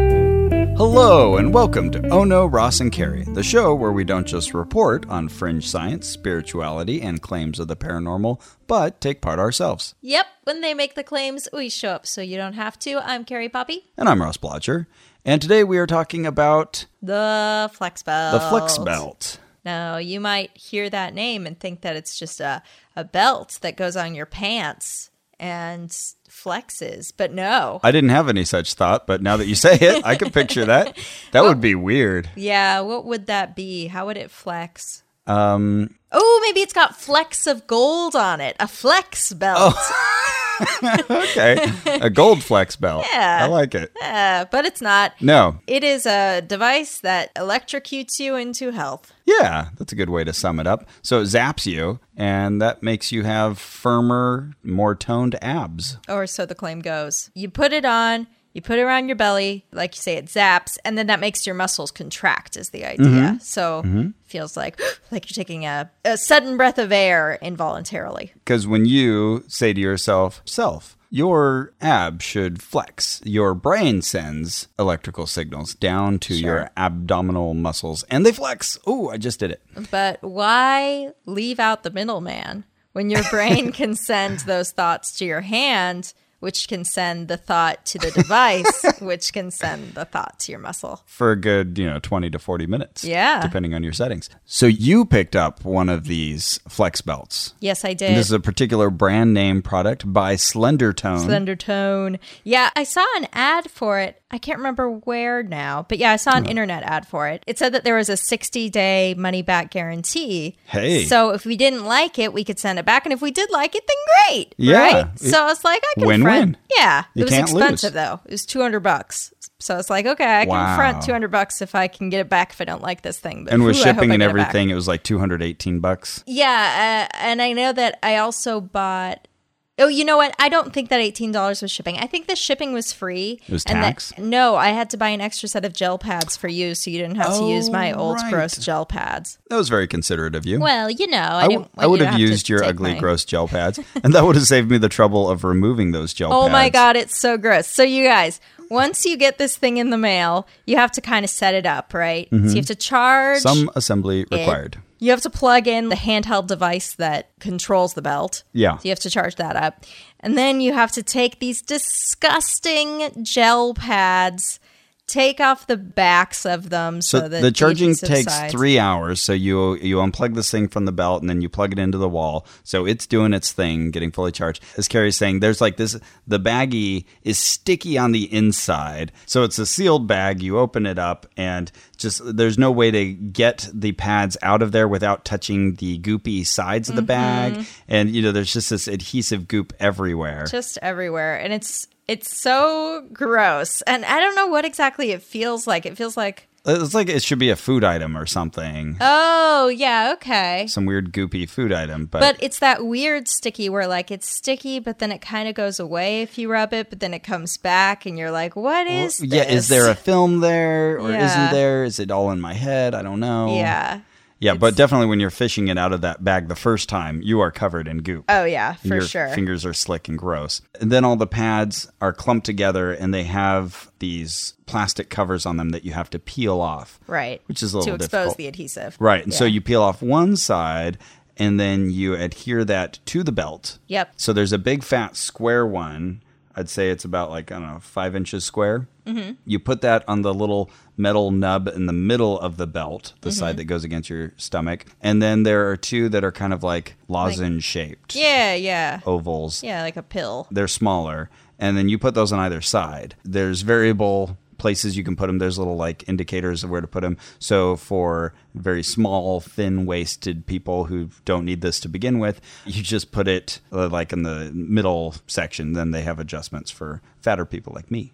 Hello, and welcome to Oh No, Ross and Carrie, the show where we don't just report on fringe science, spirituality, and claims of the paranormal, but take part ourselves. Yep, when they make the claims, we show up so you don't have to. I'm Carrie Poppy. And I'm Ross Blotcher, and today we are talking about The flex belt. the flex belt. Now, you might hear that name and think that it's just a, a belt that goes on your pants and flexes, but no. I didn't have any such thought, but now that you say it, I can picture that. That would be weird. yeah, what would that be? How would it flex? Um, Oh, maybe it's got flecks of gold on it. A flex belt. Oh. okay, a gold flex belt. Yeah. I like it. Yeah, but it's not. No, It is a device that electrocutes you into health. Yeah, that's a good way to sum it up. So it zaps you, and that makes you have firmer, more toned abs. or so the claim goes. You put it on, you put it around your belly, like you say, it zaps, and then that makes your muscles contract. Is the idea? Mm-hmm. So feels like like you're taking a, a sudden breath of air involuntarily. Because when you say to yourself, self, your ab should flex. Your brain sends electrical signals down to your abdominal muscles, and they flex. Ooh, I just did it. But why leave out the middleman when your brain can send those thoughts to your hand? Which can send the thought to the device, which can send the thought to your muscle. for a good, you know, 20 to 40 minutes. Yeah. Depending on your settings. So you picked up one of these flex belts. Yes, I did. And this is a particular brand name product by Slender Tone. Slender Tone. Yeah, I saw an ad for it. I can't remember where now, but yeah, I saw an internet ad for it. It said that there was a 60 day money back guarantee. Hey. So if we didn't like it, we could send it back. And if we did like it, then great. Yeah. Right? So I was like, I can Win-win. front. Yeah. You it was can't lose. expensive though. It was 200 bucks. So I was like, okay, I can Wow. front 200 bucks if I can get it back if I don't like this thing. But and with whew, I hope shipping I and get it back. everything, it was like 218 bucks. Yeah, uh, and I know that I also bought. Oh, you know what? I don't think that eighteen dollars was shipping. I think the shipping was free. It was tax? no, I had to buy an extra set of gel pads for you, so you didn't have to use my Oh, old right. gross gel pads. That was very considerate of you. Well, you know, I, I, w- didn't. I would you don't have to used your take ugly, my- gross gel pads, and that would have saved me the trouble of removing those gel Oh pads. my god, it's so gross. So you guys, once you get this thing in the mail, you have to kind of set it up, right? So you have to charge Mm-hmm. Some assembly required. You have to plug in the handheld device that controls the belt. Yeah. So you have to charge that up. And then you have to take these disgusting gel pads, take off the backs of them. So, So that the charging adhesive takes sides- three hours. So you you unplug this thing from the belt and then you plug it into the wall. So it's doing its thing, getting fully charged. As Carrie's saying, there's like this. The baggie is sticky on the inside, so it's a sealed bag. You open it up and just there's no way to get the pads out of there without touching the goopy sides Mm-hmm. of the bag. And you know, there's just this adhesive goop everywhere. Just everywhere. And it's it's so gross. And I don't know what exactly it feels like. It feels like, It's like it should be a food item or something, oh, yeah, okay. some weird goopy food item. But it's that weird sticky where like it's sticky, but then it kind of goes away if you rub it, but then it comes back, and you're like, "What is?" Well, yeah is there a film there or Yeah. isn't there is it all in my head i don't know yeah. yeah but definitely when you're fishing it out of that bag the first time you are covered in goop Oh yeah, And for your sure. fingers are slick and gross and then all the pads are clumped together and they have these plastic covers on them that you have to peel off right. which is a little to expose difficult. the adhesive. right and so Yeah. you peel off one side and then you adhere that to the belt Yep. so there's a big fat square one. I'd say it's about like, I don't know, five inches square. Mm-hmm. You put that on the little metal nub in the middle of the belt, Mm-hmm. the side that goes against your stomach. And then there are two that are kind of like lozenge shaped Yeah, yeah, Oh. ovals. yeah, like a pill. They're smaller. And then you put those on either side. There's variable places you can put them. There's little like indicators of where to put them. So for very small, thin waisted people who don't need this to begin with, you just put it uh, like in the middle section. Then they have adjustments for fatter people like me.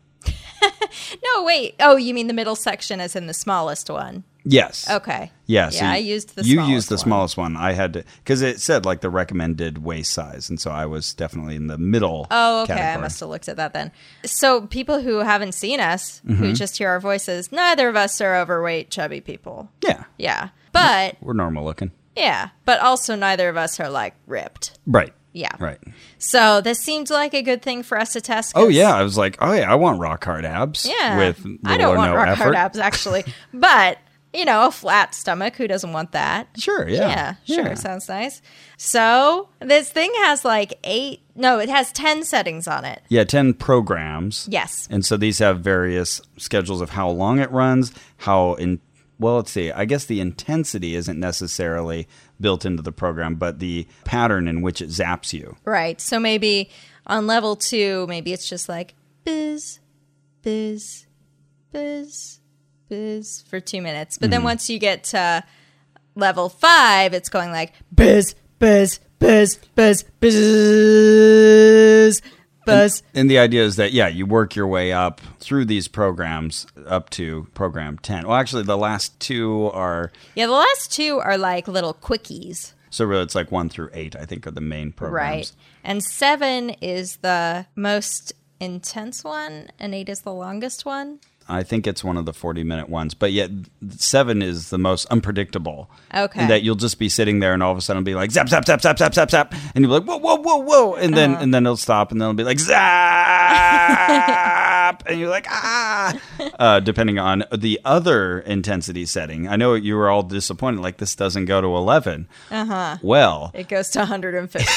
No, wait. Oh, you mean the middle section is in the smallest one? Yes. Okay. Yeah, Yeah, so I you- used the. you smallest used the one. smallest one. I had to because it said like the recommended waist size, and so I was definitely in the middle. Oh, okay. I category. must have looked at that then. So, people who haven't seen us, Mm-hmm. who just hear our voices, neither of us are overweight, chubby people. Yeah, Yeah, but we're normal looking. Yeah, but also neither of us are like ripped. Right. Yeah. Right. So this seemed like a good thing for us to test. 'cause- Oh yeah, I was like, oh yeah, I want rock hard abs. Yeah. With little I don't or want no rock effort. hard abs actually, but you know, a flat stomach. Who doesn't want that? Sure. Yeah. Yeah, sure. Sounds nice. So this thing has like eight. No, it has ten settings on it. Yeah, 10 programs. Yes. And so these have various schedules of how long it runs, how in well, let's see. I guess the intensity isn't necessarily built into the program, but the pattern in which it zaps you. Right. So maybe on level two, maybe it's just like biz, biz, biz, biz for two minutes. But then Hmm. once you get to level five, it's going like biz, biz, biz, biz, biz, biz. And the idea is that yeah, you work your way up through these programs up to program 10. Well, actually the last two are Yeah, the last two are like little quickies. so really it's like 1 through 8 I think are the main programs. Right. And seven is the most intense one, and eight is the longest one. I think it's one of the 40 minute ones, but yet seven is the most unpredictable. Okay. And that you'll just be sitting there and all of a sudden it'll be like zap, zap, zap, zap, zap, zap, zap. And you'll be like, whoa, whoa, whoa, whoa. And then, and then it'll stop and then it'll be like zap. and you're like, ah. Uh, depending on the other intensity setting. I know you were all disappointed, like this doesn't go to 11. Uh huh. Well, It goes to 150.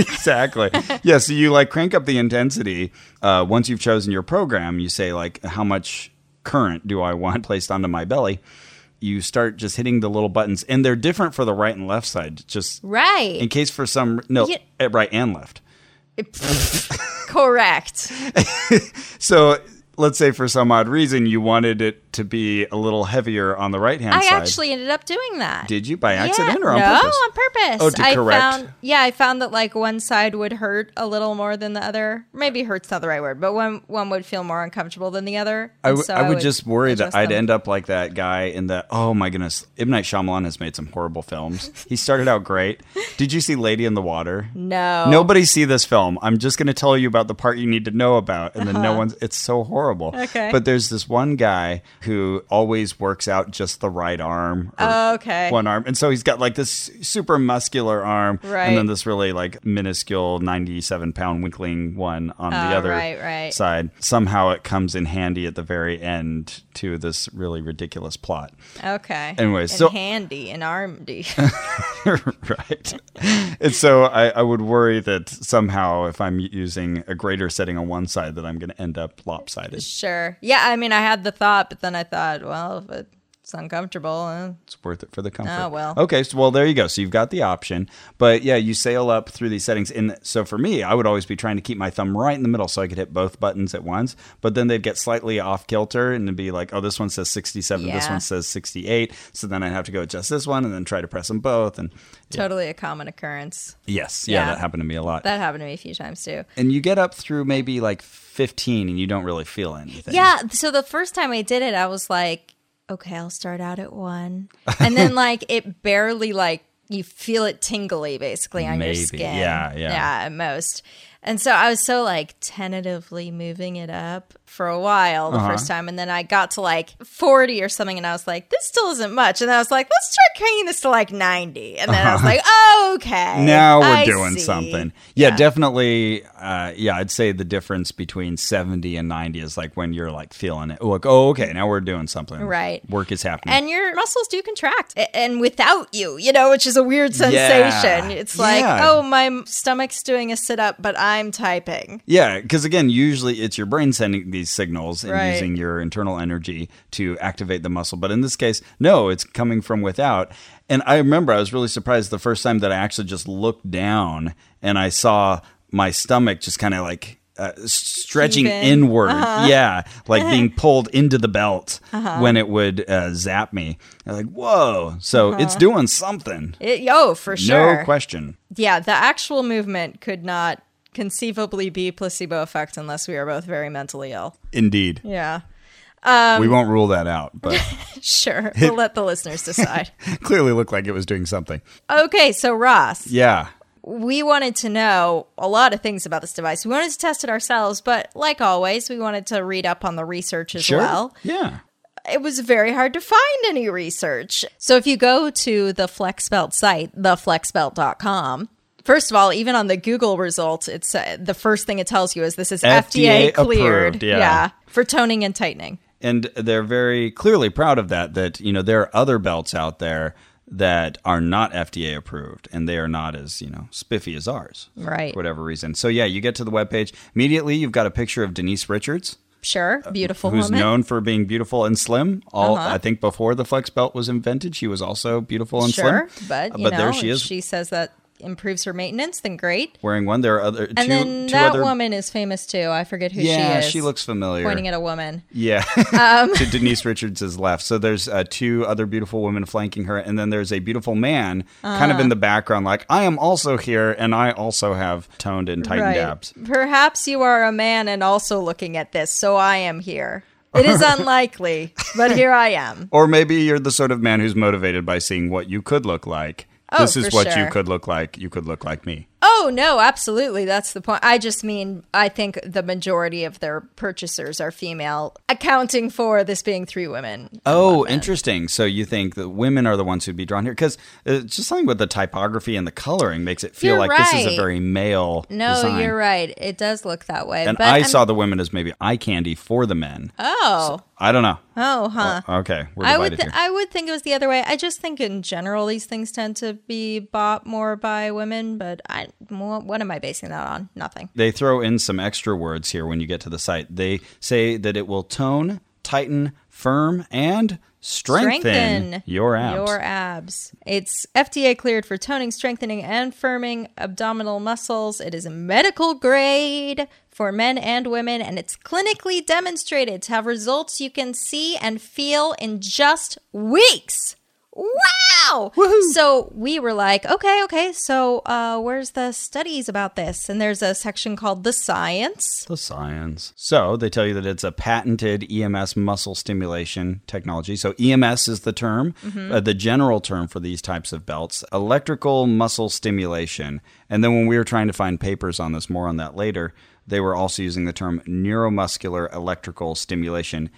exactly. Yeah. So you like crank up the intensity. Uh, once you've chosen your program, you say like, how much current do I want placed onto my belly? You start just hitting the little buttons, and they're different for the right and left side. Just right. in case for some no Yeah. eh, right and left. Correct. So let's say for some odd reason you wanted it to be a little heavier on the right hand I side. actually ended up doing that. did you by accident or on no, purpose? on purpose. Oh, to I correct. found yeah, I found that like one side would hurt a little more than the other. Maybe hurt's not the right word, but one one would feel more uncomfortable than the other. I and w- so I would just worry that adjust I'd them. end up like that guy in that. Oh my goodness, M Night Shyamalan has made some horrible films. he started out great. Did you see Lady in the Water? No. Nobody see this film. I'm just going to tell you about the part you need to know about, and then no one's. It's so horrible. Uh-huh. Okay. But there's this one guy who always works out just the right arm. or okay. One arm, and so he's got like this super muscular arm, and Right. then this really like minuscule, ninety-seven pound winkling one on the Oh, other right, right. side. Somehow it comes in handy at the very end to this really ridiculous plot. Okay. Anyway, and so- handy and armedy. right. and so I, I would worry that somehow if I'm using a greater setting on one side that I'm going to end up lopsided. sure. Yeah, I mean, I had the thought, but then I thought, well, if it's uncomfortable, uh, It's worth it for the comfort. Oh, well. Okay, so well there you go. So you've got the option, but yeah, you sail up through these settings. And so for me, I would always be trying to keep my thumb right in the middle so I could hit both buttons at once. But then they'd get slightly off kilter and it'd be like, oh, this one says sixty-seven, this Yeah. one says sixty-eight. So then I'd have to go adjust this one and then try to press them both. And totally a common occurrence. yes, yeah, Yeah. that happened to me a lot. That happened to me a few times too. and you get up through maybe like 15 and you don't really feel anything. Yeah. So the first time I did it, I was like, okay, I'll start out at one. And then like it barely like you feel it tingly basically on Maybe. your skin. Yeah, yeah. Yeah, at most. And so I was so like tentatively moving it up for a while the first Uh-huh. time. And then I got to like 40 or something and I was like, this still isn't much. And I was like, let's try carrying this to like 90. And then I was like, okay. Uh-huh. Now we're I doing see. something. Yeah, definitely. Uh, yeah, I'd say the difference between 70 and 90 is like when you're like feeling it. Like, oh, okay, now we're doing something. Right. Work is happening. and your muscles do contract a- and without you you know which is a weird sensation it's like Yeah. oh my m- stomach's doing a sit-up but i'm typing yeah, because again, usually it's your brain sending these signals and Right. using your internal energy to activate the muscle. But in this case, no, it's coming from without. And I remember I was really surprised the first time that I actually just looked down and I saw my stomach just kind of like uh, stretching Heaving. in. inward. Uh-huh. Yeah, like being pulled into the belt when it would uh, zap me. I'm like, whoa! So it's doing something. it, oh for Uh-huh. sure No question. yeah the actual movement could not conceivably be placebo effect unless we are both very mentally ill Indeed, yeah Um, we won't rule that out, but sure we'll let the listeners decide clearly looked like it was doing something. okay so ross Yeah. we wanted to know a lot of things about this device we wanted to test it ourselves but like always we wanted to read up on the research as Sure. well Yeah. it was very hard to find any research. So if you go to the FlexBelt site, theflexbelt.com, first of all, even on the Google results, it's uh, the first thing it tells you is this is FDA FDA, cleared. approved, yeah. For toning and tightening. and they're very clearly proud of that that you know there are other belts out there that are not FDA approved and they are not as you know spiffy as ours Right. for whatever reason so yeah you get to the webpage immediately you've got a picture of Denise Richards Sure. Beautiful Uh, who's woman. known for being beautiful and slim all Uh-huh. I think before the flex belt was invented she was also beautiful and sure. slim Uh, But, you but know, there she if is she says that improves her maintenance, then great. wearing one there are other two, And then two that other woman is famous too. I forget who yeah she is. looks familiar pointing at a woman. Yeah. to Denise Richards' left. So there's uh, two other beautiful women flanking her, and then there's a beautiful man kind of in the background, like, I am also here, and I also have toned and tightened abs. Perhaps you are a man and also looking at this, so I am here. It is unlikely, but here I am. Or maybe you're the sort of man who's motivated by seeing what you could look like. Oh, this is for what you sure. could look like. You could look like me. Oh, no, absolutely. That's the point. I just mean, I think the majority of their purchasers are female, accounting for this being three women. Oh, interesting. So you think that women are the ones who'd be drawn here? Because it's just something with the typography and the coloring makes it feel You're like this is a right. very male No, design. you're right. It does look that way. And Uh, but I I'm- saw the women as maybe eye candy for the men. Oh, I don't know. oh, huh. Okay, we're I divided would, here. th- I would think it was the other way. I just think in general these things tend to be bought more by women, but I, wh- what am I basing that on? Nothing. they throw in some extra words here when you get to the site. They say that it will tone, tighten, firm, and strengthen, your abs. Your abs. It's FDA cleared for toning, strengthening, and firming abdominal muscles. It is a medical grade for men and women, and it's clinically demonstrated to have results you can see and feel in just weeks. Wow! So we were like, okay, okay, so uh, where's the studies about this? And there's a section called the science. the science. So they tell you that it's a patented EMS muscle stimulation technology. So EMS is the term, uh, the general term for these types of belts, electrical muscle stimulation. And then when we were trying to find papers on this, more on that later, they were also using the term neuromuscular electrical stimulation.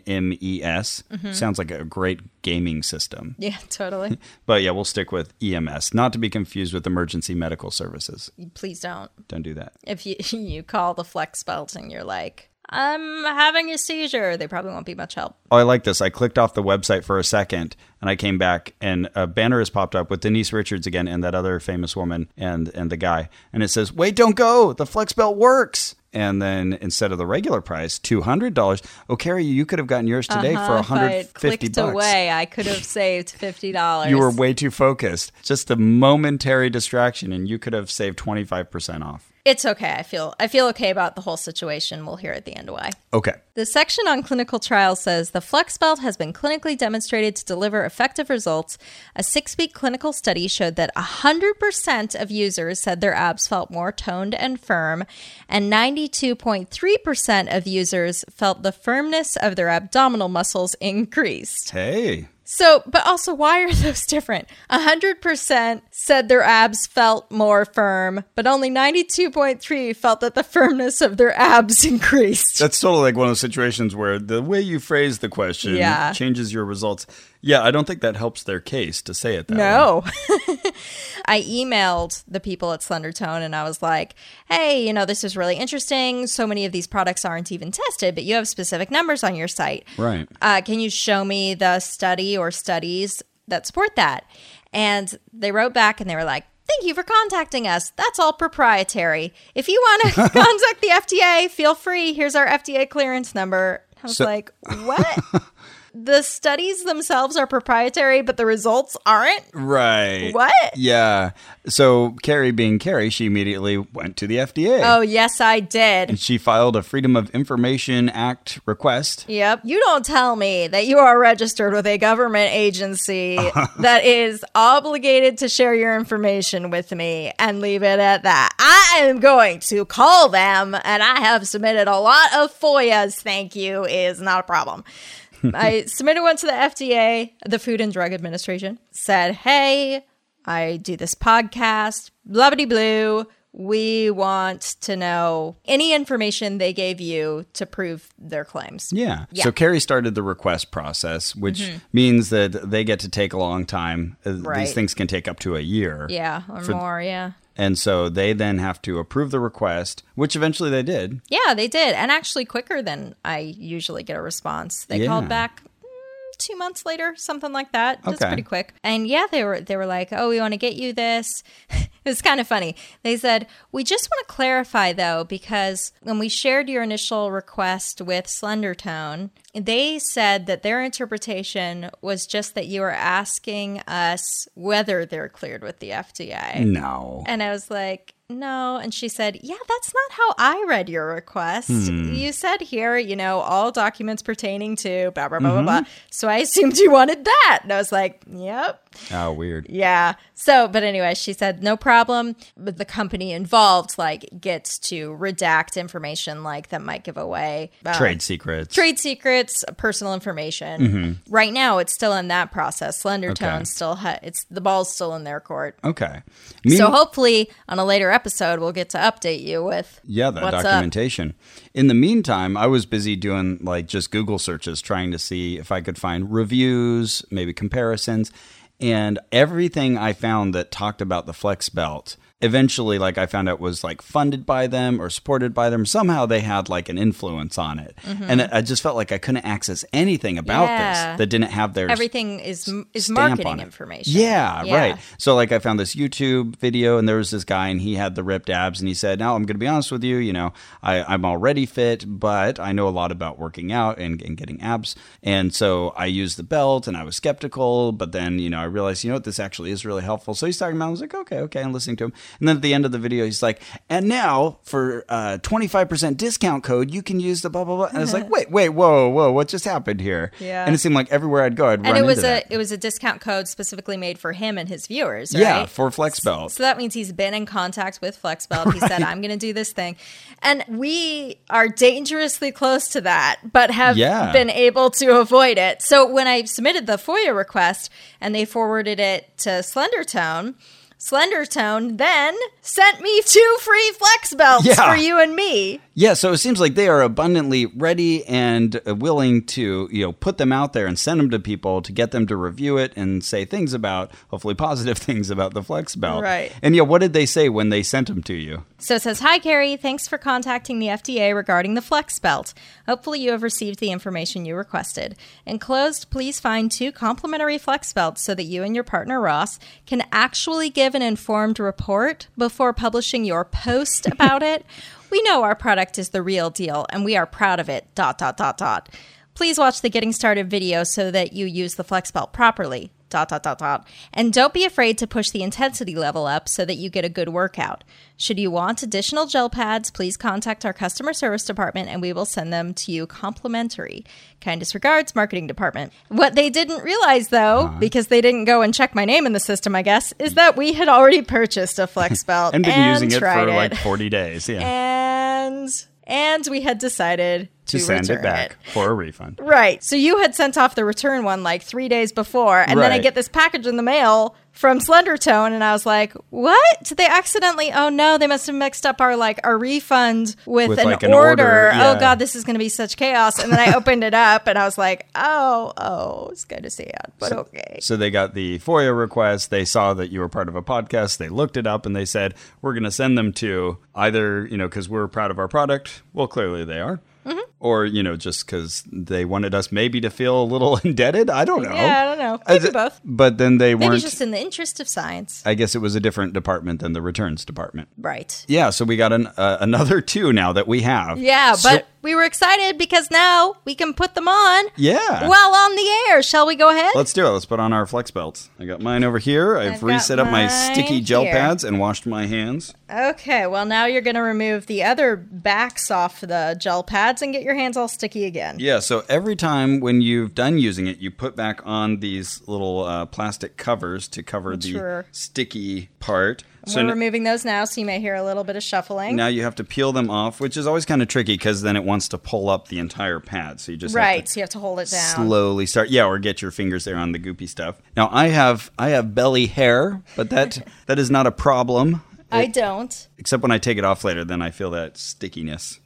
NMES sounds like a great gaming system. Yeah, totally. But yeah, we'll stick with EMS, not to be confused with emergency medical services. Please don't. Don't do that. if you you call the flex belt and you're like i'm having a seizure they probably won't be much help oh, I like this. I clicked off the website for a second and I came back and a banner has popped up with Denise Richards again and that other famous woman and and the guy. And it says, "Wait, don't go. The flex belt works." And then instead of the regular price, $200. Oh, Carrie, you could have gotten yours today for If I 150 had Uh-huh, Uh, clicked bucks. away i could have saved $50 You were way too focused. Just a momentary distraction and you could have saved 25% off. it's okay i feel i feel okay about the whole situation we'll hear at the end why Okay. The section on clinical trials says the flex belt has been clinically demonstrated to deliver effective results. A six week clinical study showed that 100% of users said their abs felt more toned and firm, and 92.3% of users felt the firmness of their abdominal muscles increased. Hey. So, but also, why are those different? 100% said their abs felt more firm, but only 92.3 felt that the firmness of their abs increased. That's totally like one of those situations where the way you phrase the question Yeah. changes your results. Yeah, I don't think that helps their case to say it that way. No. I emailed the people at Slender Tone and I was like, hey, you know, this is really interesting. So many of these products aren't even tested, but you have specific numbers on your site. Right. Uh, can you show me the study or studies that support that? And they wrote back and they were like, Thank you for contacting us. That's all proprietary. If you want to contact the FDA, feel free. Here's our FDA clearance number. I was So- like, what? the studies themselves are proprietary, but the results aren't? Hmm. Right. What? Yeah. So Carrie being Carrie, she immediately went to the FDA. Oh, yes, I did. And she filed a Freedom of Information Act request. Yep. You don't tell me that you are registered with a government agency that is obligated to share your information with me and leave it at that. I am going to call them and I have submitted a lot of FOIAs. Thank you is not a problem. I submitted one to the FDA, the Food and Drug Administration, said, Hey, I do this podcast, blah blah blue. we want to know any information they gave you to prove their claims. Yeah. Yeah. Mm-hmm. So Carrie started the request process, which means that they get to take a long time. Uh, Right. These things can take up to a year. Yeah, or more, yeah. And so they then have to approve the request, which eventually they did. Yeah, they did. And actually quicker than I usually get a response. They Yeah. called back mm, two months later, something like that. That's Okay. pretty quick. And yeah, they were they were like, Oh, we want to get you this. it was kind of funny. They said, We just want to clarify though, because when we shared your initial request with Slender Tone, they said that their interpretation was just that you were asking us whether they're cleared with the FDA. No. And I was like, no. And she said, yeah, that's not how I read your request. Hmm. You said here, you know, all documents pertaining to blah, blah, blah, blah, Mm-hmm. blah. So I assumed you wanted that. And I was like, yep. Oh, weird. Yeah. So, but anyway, she said, no problem. But the company involved, like, gets to redact information, like, that might give away uh, Trade secrets. trade secrets, personal information. Right now, it's still in that process. Slendertone Mm-hmm. Okay. still, ha- it's the ball's still in their court. okay. Mean- So hopefully on a later episode we'll get to update you with yeah, the what's up. documentation. In the meantime, I was busy doing like just Google searches, trying to see if I could find reviews, maybe comparisons. And everything I found that talked about the Flex Belt eventually, like I found out was like funded by them or supported by them. Somehow they had like an influence on it. And I I just felt like I couldn't access anything about Mm-hmm. Yeah. this that didn't have their everything is is stamp marketing on it. information. Yeah, Yeah. right. So like I found this YouTube video and there was this guy and he had the ripped abs and he said, Now I'm gonna be honest with you, you know, I, I'm already fit, but I know a lot about working out and, and getting abs. And so I used the belt and I was skeptical, but then, you know, I realized, you know what, this actually is really helpful. So he's talking about it. I was like, okay, okay, and listening to him. And then at the end of the video, he's like, and now for uh, 25% discount code, you can use the blah blah blah. And I was like, wait, wait, whoa, whoa, what just happened here? Yeah. And it seemed like everywhere I'd go, I'd run And it was into that. a it was a discount code specifically made for him and his viewers, right? Yeah, for flex belt. so that means he's been in contact with Flexbelt. He said, I'm going to do this thing. And we are dangerously close to that, but have Yeah. been able to avoid it. So when I submitted the FOIA request and they forwarded it to Slendertone, Slendertone then sent me two free flex belts Yeah. for you and me. Yeah, so it seems like they are abundantly ready and uh, willing to, you know, put them out there and send them to people to get them to review it and say things about, hopefully positive things about the flex belt. Right. And yeah, what did they say when they sent them to you? So it says, Hi, Carrie. Thanks for contacting the FDA regarding the Flex Belt. Hopefully, you have received the information you requested. Enclosed, please find two complimentary Flex Belts so that you and your partner, Ross, can actually give an informed report before publishing your post about it. We know our product is the real deal and we are proud of it. Dot, dot, dot, dot. Please watch the Getting Started video so that you use the Flex Belt properly dot dot dot dot and don't be afraid to push the intensity level up so that you get a good workout should you want additional gel pads please contact our customer service department and we will send them to you complimentary kindest regards marketing department what they didn't realize though Uh-huh. because they didn't go and check my name in the system i guess is that we had already purchased a flex belt And and, been using it tried for it like 40 days. Yeah. and and we had decided to, to send return it back for a refund. Right. So you had sent off the return one like three days before, and then I Right. get this package in the mail from Slendertone, and I was like, "What? Did they accidentally? Oh no, they must have mixed up our like our refund with, With, an, like, an order. order, yeah. Oh god, this is going to be such chaos." And then I opened it up, and I was like, "Oh, oh, it's good to see it, but okay." So they got the FOIA request. They saw that you were part of a podcast. They looked it up and they said, we're going to send them to either, you know, because we're proud of our product. Well, clearly they are. Mm-hmm. Or, you know, just because they wanted us maybe to feel a little indebted. I don't know. Yeah, I don't know. As Maybe it- both. But then they Maybe weren't. just in the interest of science, I guess it was a different department than the returns department. right? Yeah, so we got an, uh, another two now that we have. Yeah, but So- we were excited because now we can put them on. yeah. While on the air, shall we go ahead? Let's do it. Let's put on our flex belts. I got mine over here. I've, I've got reset up my mine sticky gel here. pads and washed my hands. Okay, well, now you're going to remove the other backs off the gel pads and get your hands all sticky again. Yeah, so every time when you've done using it, you put back on these little uh, plastic covers to cover the Sure. sticky part. So We're n- removing those now, so you may hear a little bit of shuffling. now you have to peel them off, which is always kind of tricky because then it wants to pull up the entire pad. So you just have to right, so you have to hold it down. slowly start yeah or get your fingers there on the goopy stuff now i have i have belly hair but that that is not a problem I don't. Except when I take it off later, then I feel that stickiness.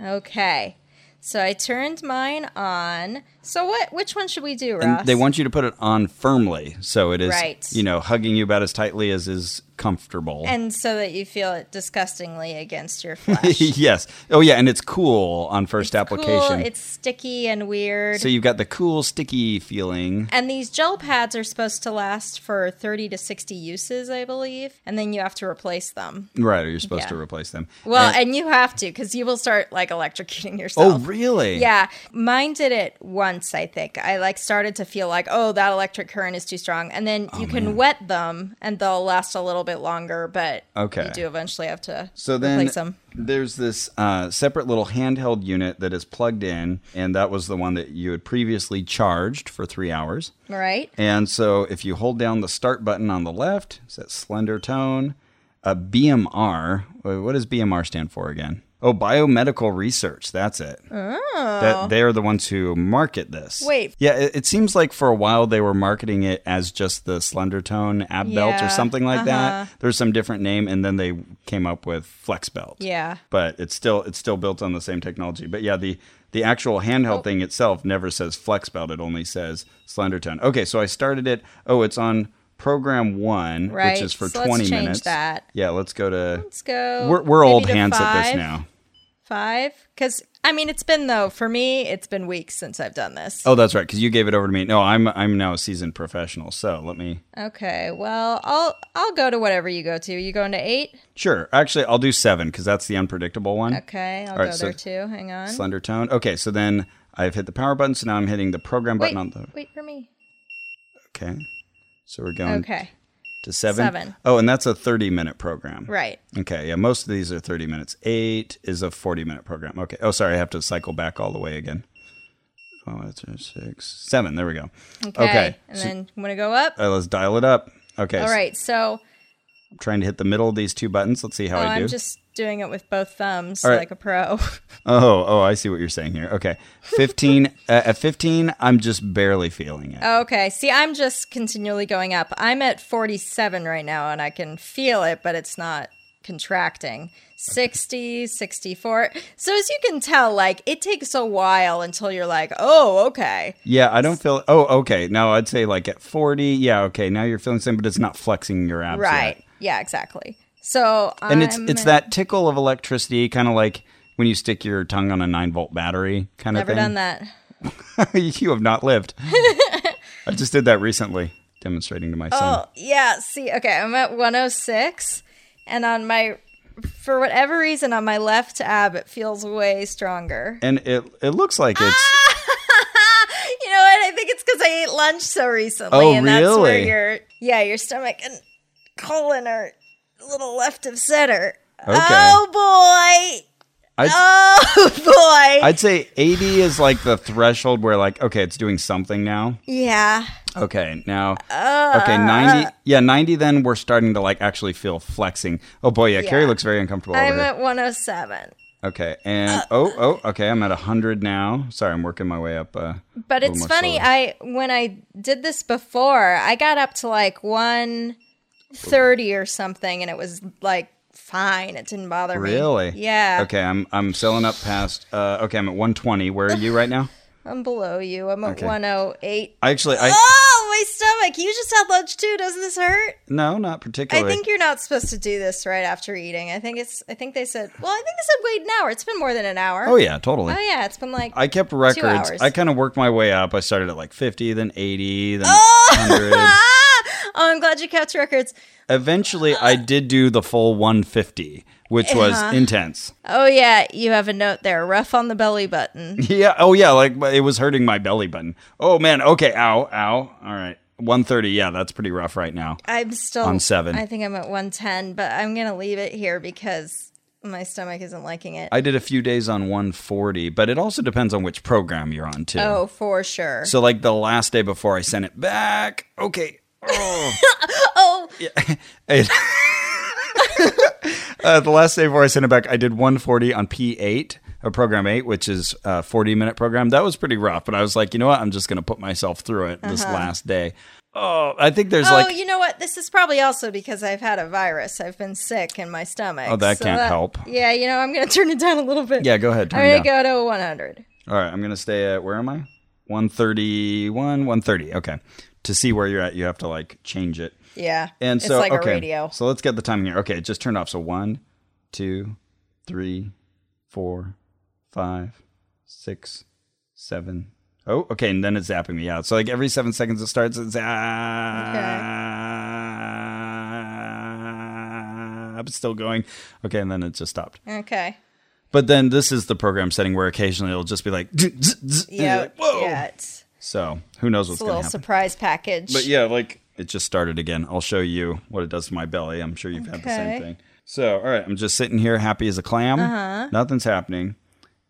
Okay. So I turned mine on. So what? Which one should we do, Ross? And they want you to put it on firmly, so it is Right. you know hugging you about as tightly as is comfortable. and so that you feel it disgustingly against your flesh. yes. Oh yeah, and it's cool on first Cool, application. it's sticky and weird. so you've got the cool sticky feeling. and these gel pads are supposed to last for 30 to 60 uses, I believe, and then you have to replace them. Right, or you're supposed Yeah. to replace them. Well, And- and you have to because you will start like electrocuting yourself. oh really? Yeah, mine did it once. I think I like started to feel like, oh, that electric current is too strong, and then Oh, you can wet them, and they'll last a little bit longer. But Okay. you do eventually have to So then replace them. there's this uh, separate little handheld unit that is plugged in, and that was the one that you had previously charged for three hours. Right? And so if you hold down the start button on the left, it's that slender tone. Uh, A BMR. Wait, What does BMR stand for again? Oh, biomedical research. That's it. Oh. That they are the ones who market this. Wait. Yeah, it, it seems like for a while they were marketing it as just the slender tone ab belt Yeah, or something like Uh-huh. that. There's some different name, and then they came up with flex belt. Yeah. But it's still it's still built on the same technology. But yeah, the the actual Oh. handheld thing itself never says flex belt. It only says slender tone. Okay, so I started it. Oh, it's on program one, Right, which is for so let's twenty change minutes. that. Yeah, let's go to. Let's go. We're, we're maybe old to hands at five. this now. Five, because I mean, it's been though for me, it's been weeks since I've done this. Oh, that's right, because you gave it over to me. No, I'm I'm now a seasoned professional. So let me. Okay, well, I'll I'll go to whatever you go to. You going to eight? Sure. Actually, I'll do seven because that's the unpredictable one. Okay, I'll right, go so- there too. Hang on. Slender tone. Okay, so then I've hit the power button, so now I'm hitting the program wait, button on the. wait for me. Okay. So we're going Okay, to seven. seven. Oh, and that's a 30 minute program. right. Okay, yeah, most of these are 30 minutes. Eight is a 40 minute program. Okay. Oh, sorry, I have to cycle back all the way again. Five, six, six, seven. There we go. Okay, Okay, and then I'm gonna go up. Uh, let's dial it up. Okay. All so right, so I'm trying to hit the middle of these two buttons. Let's see how oh, I do. I'm just doing it with both thumbs All right. like a pro. Oh, oh, I see what you're saying here. Okay. 15 uh, at 15, I'm just barely feeling it. okay, see, I'm just continually going up. I'm at 47 right now, and I can feel it, but it's not contracting. 60, 64. So as you can tell, like it takes a while until you're like, oh, okay. Yeah, I don't feel Oh, okay. No, I'd say like at 40. Yeah, okay. Now you're feeling something, but it's not flexing your abs. yet. Right. Yeah, exactly. So And it's I'm it's that tickle of electricity kind of like when you stick your tongue on a 9-volt battery kind of never thing. done that. you have not lived. I just did that recently demonstrating to my son. Oh, yeah. See, okay, I'm at 106 and on my for whatever reason on my left ab it feels way stronger. And it it looks like it's Ah! You know what? I think it's cuz I ate lunch so recently Oh, and that's where really? your yeah, your stomach and colon are a little left of center. Okay. Oh boy. I'd- oh boy. I'd say 80 is like the threshold where like okay, it's doing something now. yeah. Okay, now Uh, okay, ninety. Yeah, ninety. Then we're starting to like actually feel flexing. Oh boy, yeah, Carrie looks very uncomfortable over I'm here. at 107. okay, and oh, oh, okay, I'm at hundred now. Sorry, I'm working my way up. Uh, But a little it's more funny. slowly. I when I did this before, I got up to like one thirty or something, and it was like fine. It didn't bother me. really? Yeah. Okay, I'm I'm selling up past. Uh, okay, I'm at one twenty. Where are you right now? I'm below you. I'm at Okay. one oh eight. I actually, I Oh, my stomach! You just had lunch too. Doesn't this hurt? no, not I particularly. think you're not supposed to do this right after eating. I think it's. I think they said. Well, I think they said wait an hour. It's been more than an hour. oh yeah, totally. Oh yeah. It's been like. I kept records. hours. I kind of worked my way up. I started at like fifty, then eighty, then Oh! hundred. Ah! Oh, I'm glad you kept records. Eventually, I did do the full one fifty, which was intense. Oh yeah, you have a note there. Rough on the belly button. Yeah. Oh, yeah. Like my- it was hurting my belly button. Oh man. Okay. Ow. Ow. All right. One thirty. Yeah, that's pretty rough right now. I'm still On seven. I think I'm at 110, but I'm gonna leave it here because my stomach isn't liking it. I did a few days on one forty, but it also depends on which program you're on too. oh, for sure. So like the last day before I sent it back. Okay. Oh. oh, It- uh, the last day before I sent it back, I did 140 on P8, or program eight, which is a 40 minute program. That was pretty rough, but I was like, you know what? I'm just going to put myself through it this last day. oh, I think there's Uh-huh. oh, like you know what? This is probably also because I've had a virus. I've been sick in my stomach. Oh, that can't help. Yeah, you know, I'm going to turn it down a little bit. yeah. Go ahead. Turn I'm it going down. to go to 100. All right. I'm gonna stay at where am I? One thirty one, one thirty. Okay. To see where you're at, you have to like change it. Yeah. And so it's like okay. a radio. So let's get the time here. Okay, it just turned off. So one, two, three, four, five, six, seven. Oh, okay, and then it's zapping me out. So like every seven seconds it starts it's zap. It's still going. Okay, and then it just stopped. Okay. But then this is the program setting where occasionally it'll just be like, yeah, Yeah. like whoa. Yeah, it's, So who knows what's it's a going to little happen? surprise package. But yeah, like it just started again. I'll show you what it does to my belly. I'm sure you've had the Okay. same thing. So, all right, I'm just sitting here happy as a clam. Uh-huh. Nothing's happening.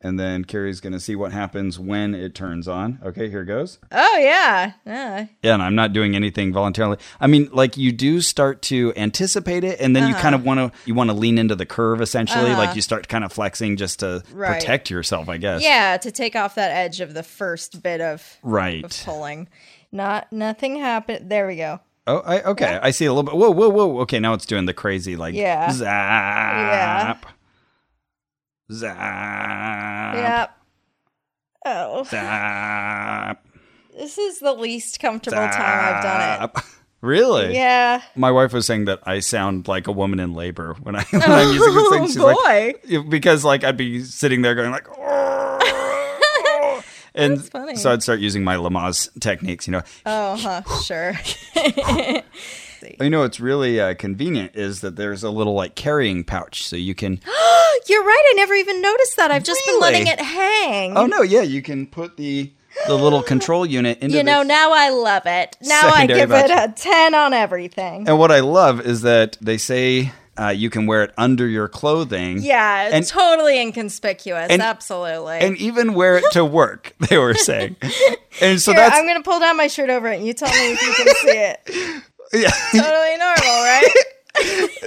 And then Carrie's going to see what happens when it turns on. Okay, here goes. Oh, yeah. Yeah. Yeah, and I'm not doing anything voluntarily. I mean, like you do start to anticipate it and then you kind of Uh-huh. want to you want to lean into the curve essentially, like you start kind of flexing just to Right. protect yourself, I guess. Yeah, to take off that edge of the first bit of Right. pulling. Not nothing happened. There we go. Oh, I, okay. I see a little bit. Whoa, whoa, whoa. Okay, now it's doing the crazy like Yeah. zap, zap, Yep. Oh, zap, this is the least comfortable zap. time I've done it. Really? Yeah. My wife was saying that I sound like a woman in labor when I when I'm using this thing. Oh, She's boy. like because like I'd be sitting there going like. "Oh." And funny. so I'd start using my Lamaze techniques, you know. Oh, huh. Sure. You know, what's really uh, convenient is that there's a little like carrying pouch, so you can You're right. I never even noticed that. I've just been Really? letting it hang. Oh no, yeah, you can put the the little control unit into you know, this. now I love it. Now I Secondary give it budget. a 10 on everything. and what I love is that they say uh, you can wear it under your clothing. yeah, and- totally inconspicuous. and- absolutely. And even wear it to work, they were saying. And so Here, that's I'm going to pull down my shirt over it and you tell me if you can see it. yeah, Totally normal, right?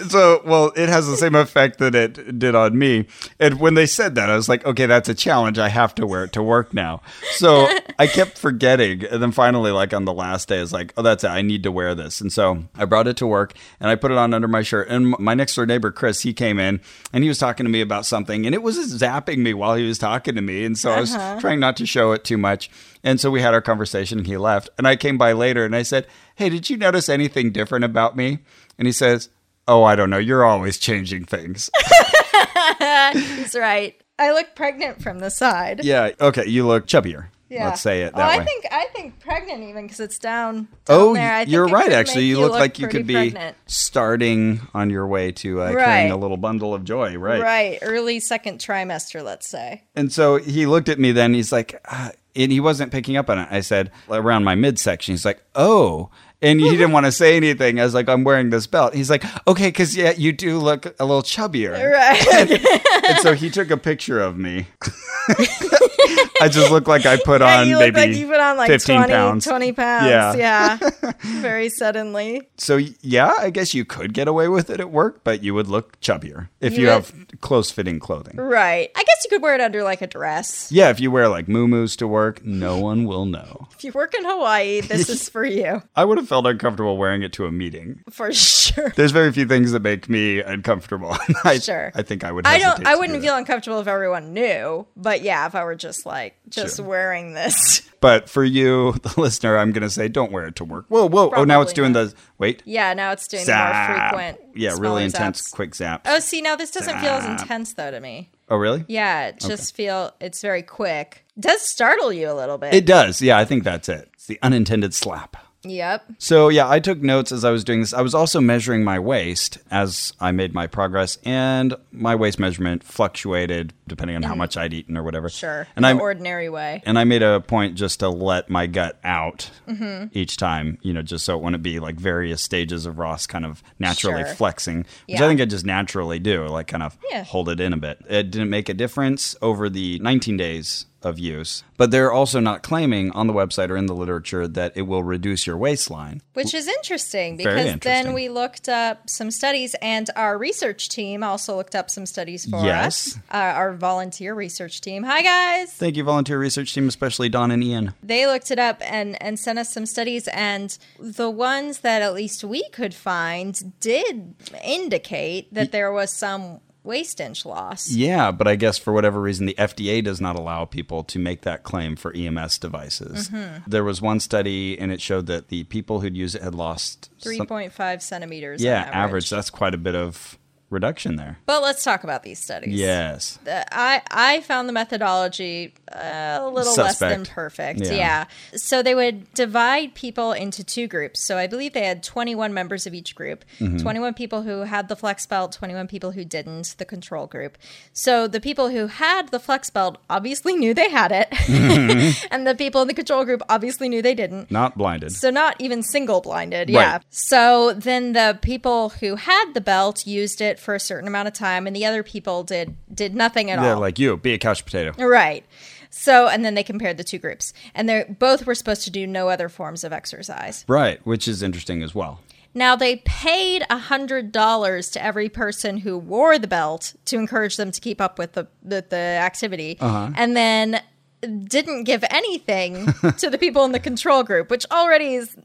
so well, it has the same effect that it did on me. And when they said that, I was like, okay, that's a challenge. I have to wear it to work now. So I kept forgetting, and then finally, like on the last day, I was like, oh, that's it. I need to wear this. And so I brought it to work, and I put it on under my shirt. And my next door neighbor, Chris, he came in, and he was talking to me about something, and it was zapping me while he was talking to me. And so I was trying not to show it too much. And so we had our conversation, and he left. And I came by later, and I said, hey, did you notice anything different about me? And he says, Oh, I don't know. You're always changing things. He's right. I look pregnant from the side. yeah. Okay. You look chubbier. Yeah. Let's say it Oh, that way. I think I think pregnant even because it's down. down oh, there. I think you're it right. could Actually, make you, look, like you pretty could be pregnant. starting on your way to uh, carrying Right. a little bundle of joy. Right. right early second trimester. Let's say. And so he looked at me then. He's like, uh, and he wasn't picking up on it. I said, around my midsection. He's like, oh. And he didn't want to say anything. I was like, I'm wearing this belt. He's like, okay, because yeah, you do look a little chubbier. Right. and so he took a picture of me. I just look like I put Yeah, on you maybe look like you put on like 15 20 pounds. 20 pounds. Yeah. Yeah. Very suddenly. So yeah, I guess you could get away with it at work, but you would look chubbier if you, You would- have close fitting clothing. Right. I guess you could wear it under like a dress. Yeah, if you wear like muumuus to work, no one will know. If you work in Hawaii, this is for you. I would have felt uncomfortable wearing it to a meeting. For sure. There's very few things that make me uncomfortable. I, Sure. I think I would. I Hesitate don't I to do wouldn't that. feel uncomfortable if everyone knew, but yeah, if I were just like just Sure. wearing this. But for you, the listener, I'm going to say, don't wear it to work. Whoa, whoa! oh, now it's Probably doing the not. wait. Yeah, now it's doing the more Zap. frequent. yeah, smaller really intense, zaps. quick zap. Oh, see, now this doesn't feel as intense though to me. oh, really? Yeah, it just feel it's very quick. does startle you a little bit. It does. Yeah, I think that's it. It's the unintended slap. yep. So yeah, I took notes as I was doing this. I was also measuring my waist as I made my progress, and my waist measurement fluctuated depending on how much I'd eaten or whatever. Mm-hmm. Sure. And the I ordinary way. and I made a point just to let my gut out Mm-hmm. each time, you know, just so it wouldn't be like various stages of Ross kind of naturally Sure. flexing, which I Yeah. think I just naturally do, like kind of Yeah. hold it in a bit. It didn't make a difference over the 19 days of use. But they're also not claiming on the website or in the literature that it will reduce your waistline. Which is interesting Very because interesting. then we looked up some studies, and our research team also looked up some studies for Yes. us. Uh, our volunteer research team. Hi, guys. Thank you, volunteer research team, especially Don and Ian. They looked it up and, and sent us some studies, and the ones that at least we could find did indicate that there was some waist inch loss. Yeah, but I guess for whatever reason, the FDA does not allow people to make that claim for EMS devices. Mm-hmm. There was one study, and it showed that the people who'd used it had lost some- 3.5 centimeters. yeah on average. That's quite a bit of reduction there. But let's talk about these studies. Yes. Uh, I I found the methodology uh, a little less than Suspect. perfect. Yeah. Yeah. So they would divide people into two groups. So I believe they had 21 members of each group. Mm-hmm. 21 people who had the flex belt, 21 people who didn't, the control group. So the people who had the flex belt obviously knew they had it. Mm-hmm. and the people in the control group obviously knew they didn't. Not blinded. So not even single blinded. Right. Yeah. So then the people who had the belt used it for a certain amount of time and the other people did did nothing at They're all. like you, be a couch potato. right. So and then they compared the two groups and they both were supposed to do no other forms of exercise. Right, which is interesting as well. Now they paid a hundred dollars to every person who wore the belt to encourage them to keep up with the the, the activity, Uh-huh. and then didn't give anything to the people in the control group, which already is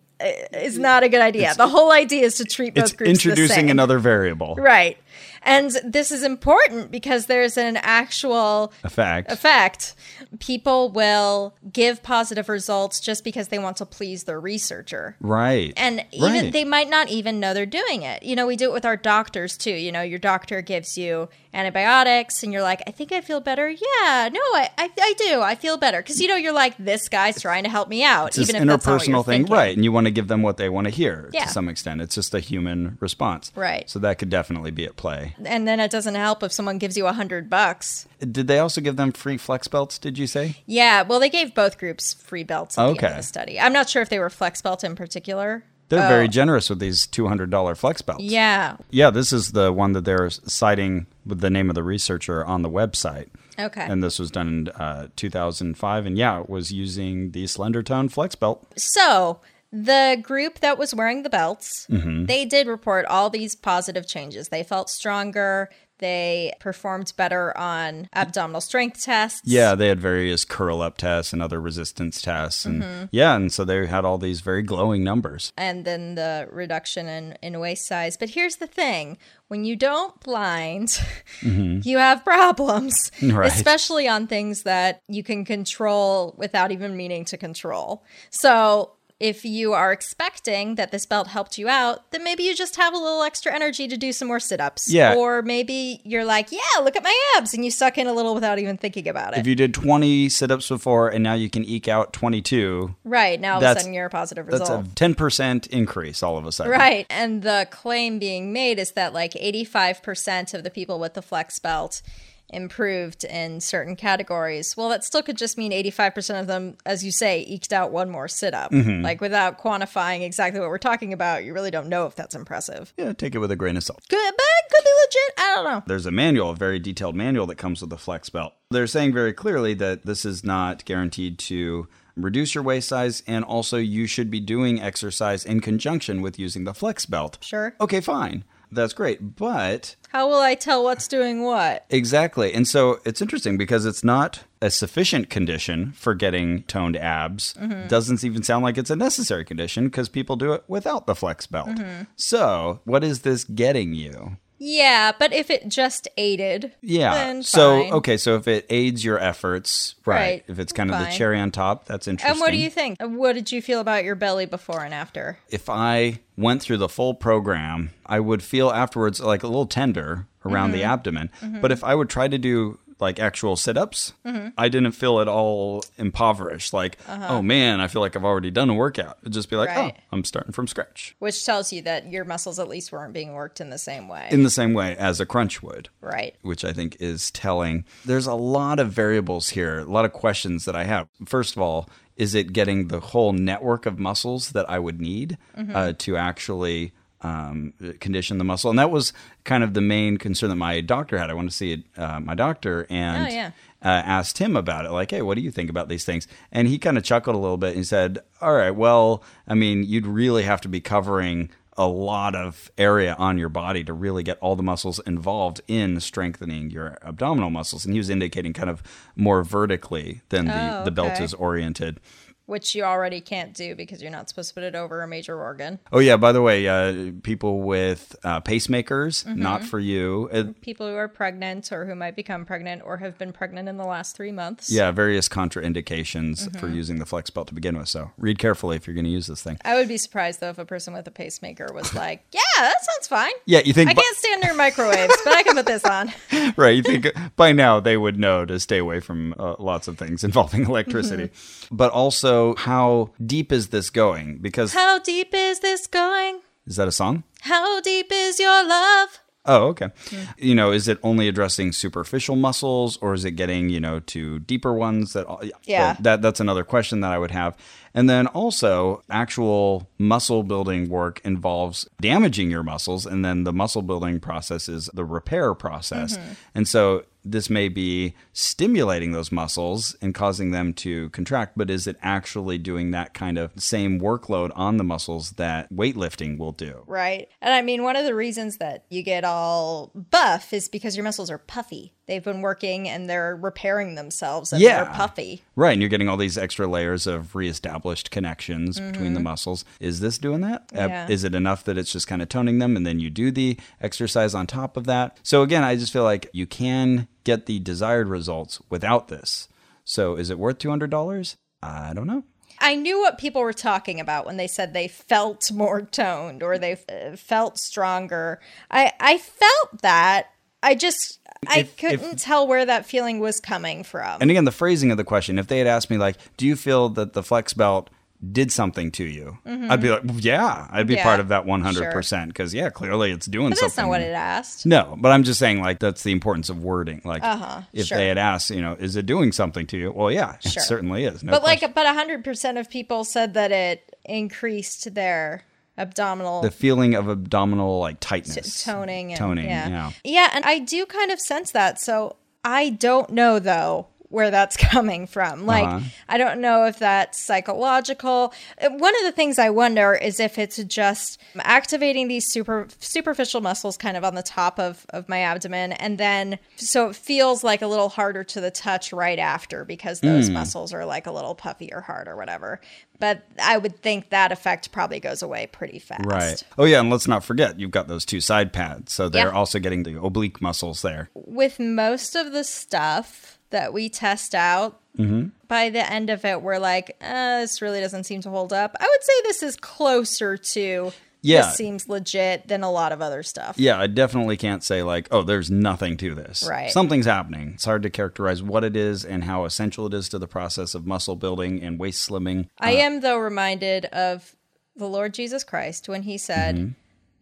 is not a good idea. the whole idea is to treat both It's groups the introducing same. another variable. right, and this is important because there's an actual Effect. effect, people will give positive results just because they want to please their researcher. Right. And even Right. they might not even know they're doing it. You know, we do it with our doctors too. You know, your doctor gives you antibiotics and you're like, I think I feel better. Yeah, no, I, I, I do. I feel better. Because, you know, you're like, this guy's trying to help me out. it's even this if that's not what you're interpersonal thing, thinking. right? And you want to give them what they want to hear Yeah. to some extent. It's just a human response, Right. So that could definitely be at play. And then it doesn't help if someone gives you a hundred bucks. Did they also give them free flex belts? Did you say? Yeah, well, they gave both groups free belts at the end Okay. of the study. I'm not sure if they were flex belt in particular. They're Oh, very generous with these two hundred dollar flex belts. Yeah. Yeah, this is the one that they're citing with the name of the researcher on the website. Okay. And this was done in uh, 2005, and yeah, it was using the Slender Tone flex belt. So the group that was wearing the belts, they did report all these positive changes. They felt stronger. They performed better on abdominal strength tests. Yeah, they had various curl up tests and other resistance tests, and Mm-hmm. yeah, and so they had all these very glowing numbers. And then the reduction in, in waist size. But here's the thing when you don't blind, you have problems, Mm-hmm. Right. especially on things that you can control without even meaning to control. So if you are expecting that this belt helped you out, then maybe you just have a little extra energy to do some more sit ups. Yeah. Or maybe you're like, yeah, look at my abs. And you suck in a little without even thinking about it. If you did 20 sit ups before and now you can eke out 22, right. Now all of a That's- sudden you're a positive that's result. a 10% increase all of a sudden. Right. And the claim being made is that like 85% of the people with the flex belt improved in certain categories. Well, that still could just mean 85% of them, as you say, eked out one more sit up. Mm-hmm. Like without quantifying exactly what we're talking about, you really don't know if that's impressive. Yeah, take it with a grain of salt. Good, but it could be legit. I don't know. There's a manual, a very detailed manual that comes with the flex belt. They're saying very clearly that this is not guaranteed to reduce your waist size and also you should be doing exercise in conjunction with using the flex belt. Sure. Okay, fine. That's great. But How will I tell what's doing what? Exactly. And so it's interesting because it's not a sufficient condition for getting toned abs. Doesn't even sound like it's a necessary condition because people do it without the flex belt. So, what is this getting you? Yeah, but if it just aided, Yeah. then so, fine. okay, so if it aids your efforts, right. Right. If it's kind of the Fine. cherry on top, that's interesting. And what do you think? What did you feel about your belly before and after? if I went through the full program, I would feel afterwards like a little tender around Mm-hmm. the abdomen. But if I would try to do like actual sit ups, Mm-hmm. I didn't feel at all impoverished. Like, oh man, I feel like I've already done a workout. It'd just be like, Uh-huh. Right. oh, I'm starting from scratch which tells you that your muscles at least weren't being worked in the same way. in the same way as a crunch would. right. Which I think is telling. There's a lot of variables here, a lot of questions that I have. First of all, Mm-hmm. is it getting the whole network of muscles that I would need uh, to actually um, condition the muscle. And that was kind of the main concern that my doctor had. I wanted to see uh, my doctor and Oh, yeah. uh, asked him about it, like, hey, what do you think about these things? And he kind of chuckled a little bit and said, all right, well, I mean, you'd really have to be covering a lot of area on your body to really get all the muscles involved in strengthening your abdominal muscles. And he was indicating kind of more vertically than the, Oh, the belt okay. is oriented. which you already can't do because you're not supposed to put it over a major organ. Oh yeah, by the way, uh, people with uh, pacemakers, Mm-hmm. not for you. Uh, People who are pregnant or who might become pregnant or have been pregnant in the last three months. yeah, various contraindications Mm-hmm. for using the flex belt to begin with. So read carefully if you're going to use this thing. I would be surprised though if a person with a pacemaker was like, "Yeah, that sounds fine." Yeah, you think I bu- can't stand near microwaves, but I can put this on. right? You think by now they would know to stay away from uh, lots of things involving electricity, but also how deep is this going? Because How deep is this going? is that a song? How deep is your love? Oh, okay. You know, is it only addressing superficial muscles or is it getting, you know, to deeper ones that Yeah. that- that that's another question that I would have. And then also actual muscle building work involves damaging your muscles and then the muscle building process is the repair process. And so this may be stimulating those muscles and causing them to contract, but is it actually doing that kind of same workload on the muscles that weightlifting will do? Right. And I mean, one of the reasons that you get all buff is because your muscles are puffy. They've been working and they're repairing themselves and Yeah. they're puffy. Right, and you're getting all these extra layers of reestablished connections between the muscles. Is this doing that? Uh, Mm-hmm. Yeah. Is it enough that it's just kind of toning them and then you do the exercise on top of that? So again, I just feel like you can get the desired results without this. So is it worth $200? I don't know. I knew what people were talking about when they said they felt more toned or they uh, felt stronger. I I felt that. I just I If- if- couldn't tell where that feeling was coming from. And again, the phrasing of the question, if they had asked me like, "Do you feel that the flex belt did something to you?" I'd be like, "Yeah, I'd be Mm-hmm. Yeah, part of that 100% because yeah, clearly it's doing but something." that's not what it asked. No, but I'm just saying, like, that's the importance of wording. Like, if Uh-huh. sure. they had asked, you know, is it doing something to you? Well, yeah, Sure. it certainly is. No But like question. but 100% of people said that it increased their abdominal the feeling of abdominal, like, tightness, toning and toning, yeah. yeah. Yeah, and I do kind of sense that. So I don't know though where that's coming from. Like Uh-huh. I don't know if that's psychological. Uh, One of the things I wonder is if it's just activating these super superficial muscles kind of on the top of of my abdomen and then so it feels like a little harder to the touch right after because Hmm. those muscles are like a little puffy or hard or whatever. But I would think that effect probably goes away pretty fast. Right. Oh, yeah. And let's not forget, you've got those two side pads. So they're Yeah. also getting the oblique muscles there. with most of the stuff that we test out, Mm-hmm. by the end of it, we're like, uh, this really doesn't seem to hold up. I would say this is closer to Yeah. this seems legit than a lot of other stuff. Yeah, I definitely can't say, like, oh, there's nothing to this. Right. Something's happening. It's hard to characterize what it is and how essential it is to the process of muscle building and waist slimming. I am, though, reminded of the Lord Jesus Christ when he said, Mm-hmm.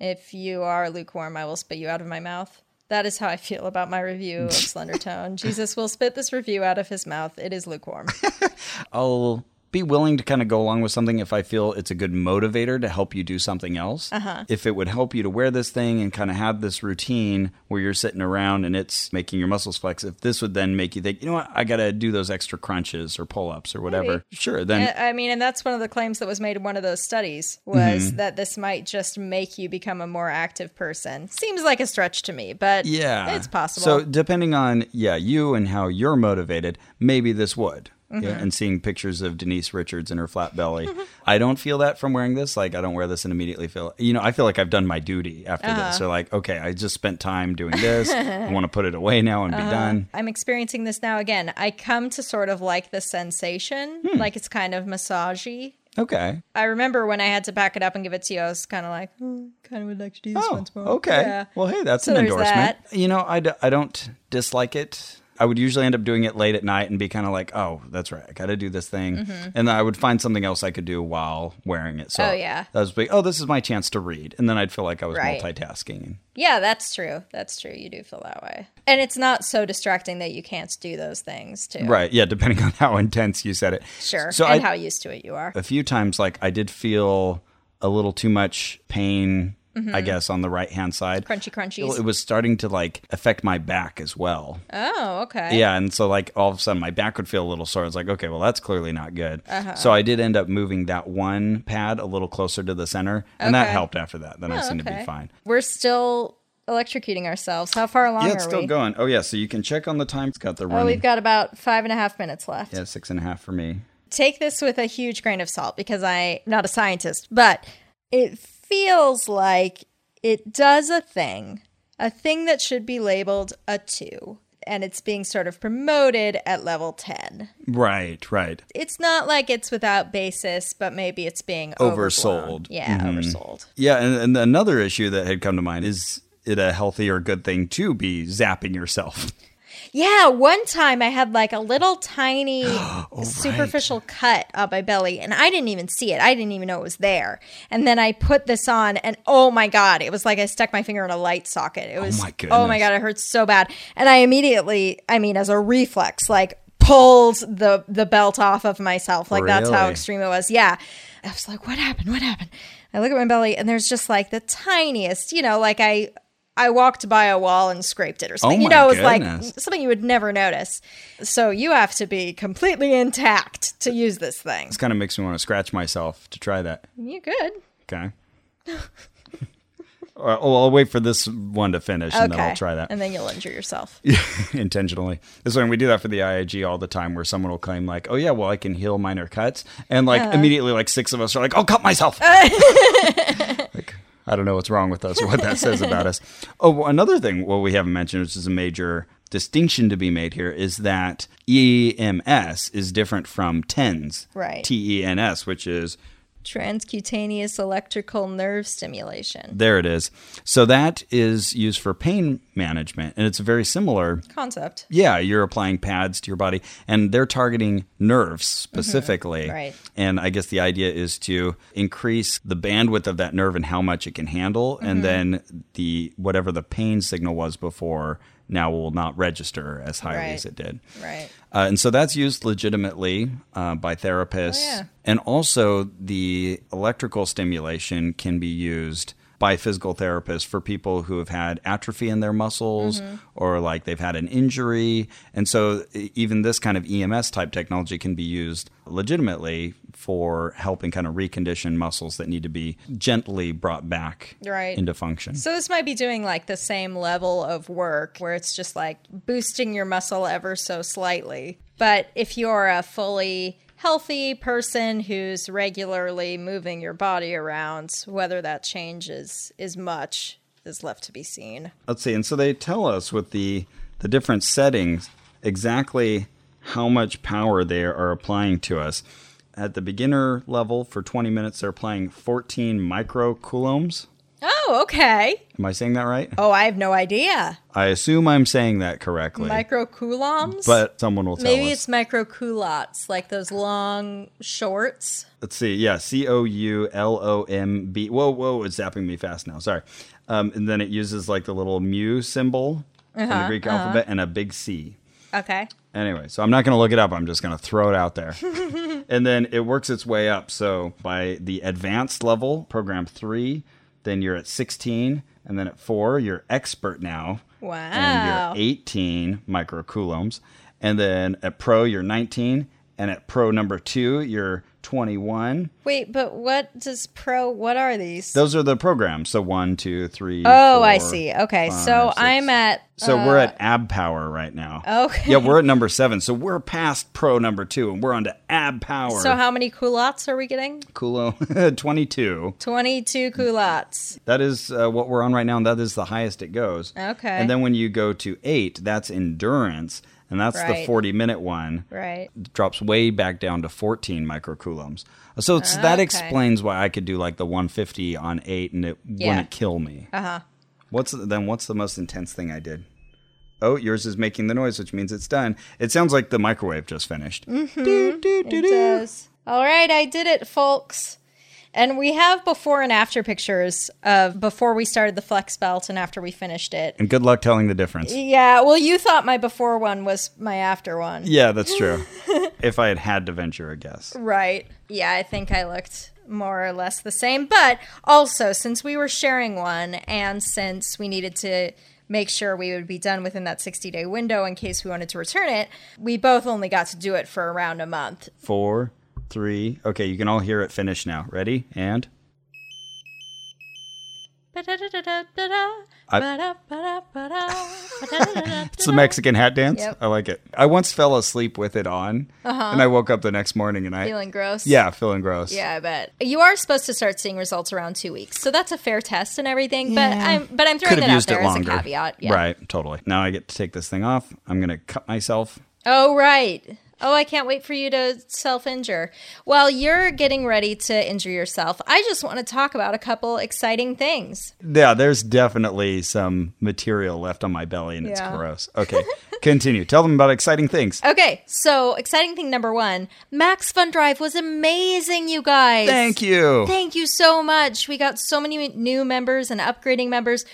If you are lukewarm, I will spit you out of my mouth. That is how I feel about my review of Slender Tone. Jesus will spit this review out of his mouth. It is lukewarm. I'll be willing to kind of go along with something if I feel it's a good motivator to help you do something else. If it would help you to wear this thing and kind of have this routine where you're sitting around and it's making your muscles flex, if this would then make you think, you know what, I got to do those extra crunches or pull ups or whatever, Maybe. sure, then. I I mean, and that's one of the claims that was made in one of those studies was Mm-hmm. that this might just make you become a more active person. Seems like a stretch to me, but yeah. it's possible. So, depending on, yeah, you and how you're motivated, maybe this would. Mm-hmm. Yeah, and seeing pictures of Denise Richards in her flat belly. I don't feel that from wearing this. Like, I don't wear this and immediately feel, you know, I feel like I've done my duty after Uh-huh. this. So, like, okay, I just spent time doing this. I want to put it away now and Uh-huh. be done. I'm experiencing this now again. I come to sort of like the sensation, Hmm. like it's kind of massagey. Okay. I remember when I had to pack it up and give it to you, I was kind of like, "Hmm, kind of would like to do this Oh, once more. okay. Yeah. Well, hey, that's So an there's endorsement. You know, I, d- I don't dislike it. I would usually end up doing it late at night and be kind of like, oh, that's right. I got to do this thing. And then I would find something else I could do while wearing it. So Mm-hmm. Oh, yeah. That was like, oh, this is my chance to read. And then I'd feel like I was Right. multitasking. yeah, that's true. That's true. You do feel that way. And it's not so distracting that you can't do those things, too. Right. Yeah. Depending on how intense you said it. Sure. So and I, Uh, how used to it you are. a few times, like, I did feel a little too much pain I guess, on the right hand side. Crunchy Mm-hmm. crunchies. It was starting to like affect my back as well. oh, okay. Yeah, and so like all of a sudden my back would feel a little sore. It's like, okay, well that's clearly not good. Uh-huh. So I did end up moving that one pad a little closer to the center, and that Okay. helped after that. Then I Oh, seemed to okay. be fine. We're still electrocuting ourselves. How far along Yeah, it's are still we? going. Oh yeah, so you can check on the time. It's got the Oh, running. we've got about five and a half minutes left. yeah, six and a half for me. Take this with a huge grain of salt because I'm not a scientist, but it feels like it does a thing, a thing that should be labeled a two, and it's being sort of promoted at level 10. Right, right. It's not like it's without basis, but maybe it's being overblown. Oversold. Mm-hmm. Yeah, oversold. Yeah, and, and another issue that had come to mind is it a healthy or good thing to be zapping yourself? Yeah, one time I had like a little tiny Oh, superficial cut on my belly and I didn't even see it. I didn't even know it was there. And then I put this on and oh my god, it was like I stuck my finger in a light socket. It was my oh my goodness. god, it hurt so bad. And I immediately, I mean as a reflex, like pulled the the belt off of myself. Like that's how Really? extreme it was. Yeah. I was like, "What happened? What happened?" I look at my belly and there's just like the tiniest, you know, like I I walked by a wall and scraped it or something. you Oh my know, it was goodness. like something you would never notice. So you have to be completely intact to use this thing. This kind of makes me want to scratch myself to try that. You good? Okay. Uh, oh, I'll wait for this one to finish, and then I'll Okay. try that. And then you'll injure yourself. intentionally. This one we do that for the IIG all the time, where someone will claim like, "Oh yeah, well I can heal minor cuts," and like immediately like six of us are like, "I'll cut myself." like I don't know what's wrong with us or what that says about us. Oh, well, another thing well we haven't mentioned, which is a major distinction to be made here, is that EMS is different from TENS, Right. T E N S, which is Transcutaneous electrical nerve stimulation there it is. So that is used for pain management, and it's very similar concept. yeah, you're applying pads to your body, and they're targeting nerves specifically. Mm-hmm. Right. And I guess the idea is to increase the bandwidth of that nerve and how much it can handle, Mm-hmm. and then the whatever the pain signal was before now will not register as highly Right. as it did. Right. Uh, and so that's used legitimately uh, by therapists. Oh, yeah. And also, the electrical stimulation can be used by physical therapists for people who have had atrophy in their muscles Mm-hmm. or like they've had an injury. And so, e- even this kind of EMS type technology can be used legitimately for helping kind of recondition muscles that need to be gently brought back Right. into function. So this might be doing like the same level of work where it's just like boosting your muscle ever so slightly. But if you're a fully healthy person who's regularly moving your body around, whether that changes is much is left to be seen. let's see and so they tell us with the the different settings exactly how much power they are applying to us at the beginner level for 20 minutes they're applying 14 microcoulombs Oh, okay. am i saying that right Oh, I have no idea. i assume i'm saying that correctly Micro coulombs? but someone will tell Maybe us it's micro culottes, like those long shorts. let's see yeah c-o-u-l-o-m-b whoa whoa it's zapping me fast now sorry um, and then it uses like the little mu symbol in Uh-huh, the greek alphabet and a big c Okay. Anyway, so I'm not going to look it up. I'm just going to throw it out there. and then it works its way up. So by the advanced level, program three, then you're at 16. And then at four, you're expert now. Wow. And you're 18 microcoulombs. And then at pro, you're 19. And at pro number two, you're 21. Wait, but what does pro what are these? Those are the programs. So one, two, three. Oh, I four, see. Okay, five, so six. I'm at. So uh, we're at ab power right now. Okay. Yeah, we're at number seven. So we're past pro number two and we're on to ab power. So how many culottes are we getting? Kulo 22. Twenty-two culottes. That is uh, what we're on right now, and that is the highest it goes. Okay. And then when you go to eight, that's endurance, and that's the Right. 40 minute one. Right. It drops way back down to 14 microcoulombs. So it's, that Okay. explains why I could do like the 150 on eight and it Yeah. Uh-huh. wouldn't kill me. Uh huh. What's then? What's the most intense thing I did? Oh, yours is making the noise, which means it's done. It sounds like the microwave just finished. Mm-hmm. Doo, doo, doo, doo. It does. All right, I did it, folks. And we have before and after pictures of before we started the flex belt and after we finished it. And good luck telling the difference. Yeah. Well, you thought my before one was my after one. Yeah, that's true. if I had had to venture a guess. Right. Yeah, I think I looked more or less the same. But also, since we were sharing one and since we needed to make sure we would be done within that 60 day window in case we wanted to return it, we both only got to do it for around a month. Four, three. Okay, you can all hear it finish now. Ready? And. It's the Mexican hat dance. Yep. Uh-huh. I like it. I once fell asleep with it on, and I woke up the next morning and I. Feeling gross? yeah, feeling gross. Yeah, I bet you are supposed to start seeing results around two weeks, so that's a fair test and everything. But I'm but I'm throwing Could that have out used it there as a longer. caveat. Yeah. Right, totally. Now I get to take this thing off. I'm going to cut myself. Oh, right. Oh, I can't wait for you to self injure. While you're getting ready to injure yourself, I just want to talk about a couple exciting things. Yeah, there's definitely some material left on my belly and it's Yeah. gross. Okay, continue. Tell them about exciting things. Okay, so exciting thing number one Max Fun Drive was amazing, you guys. Thank you. Thank you so much. We got so many new members and upgrading members.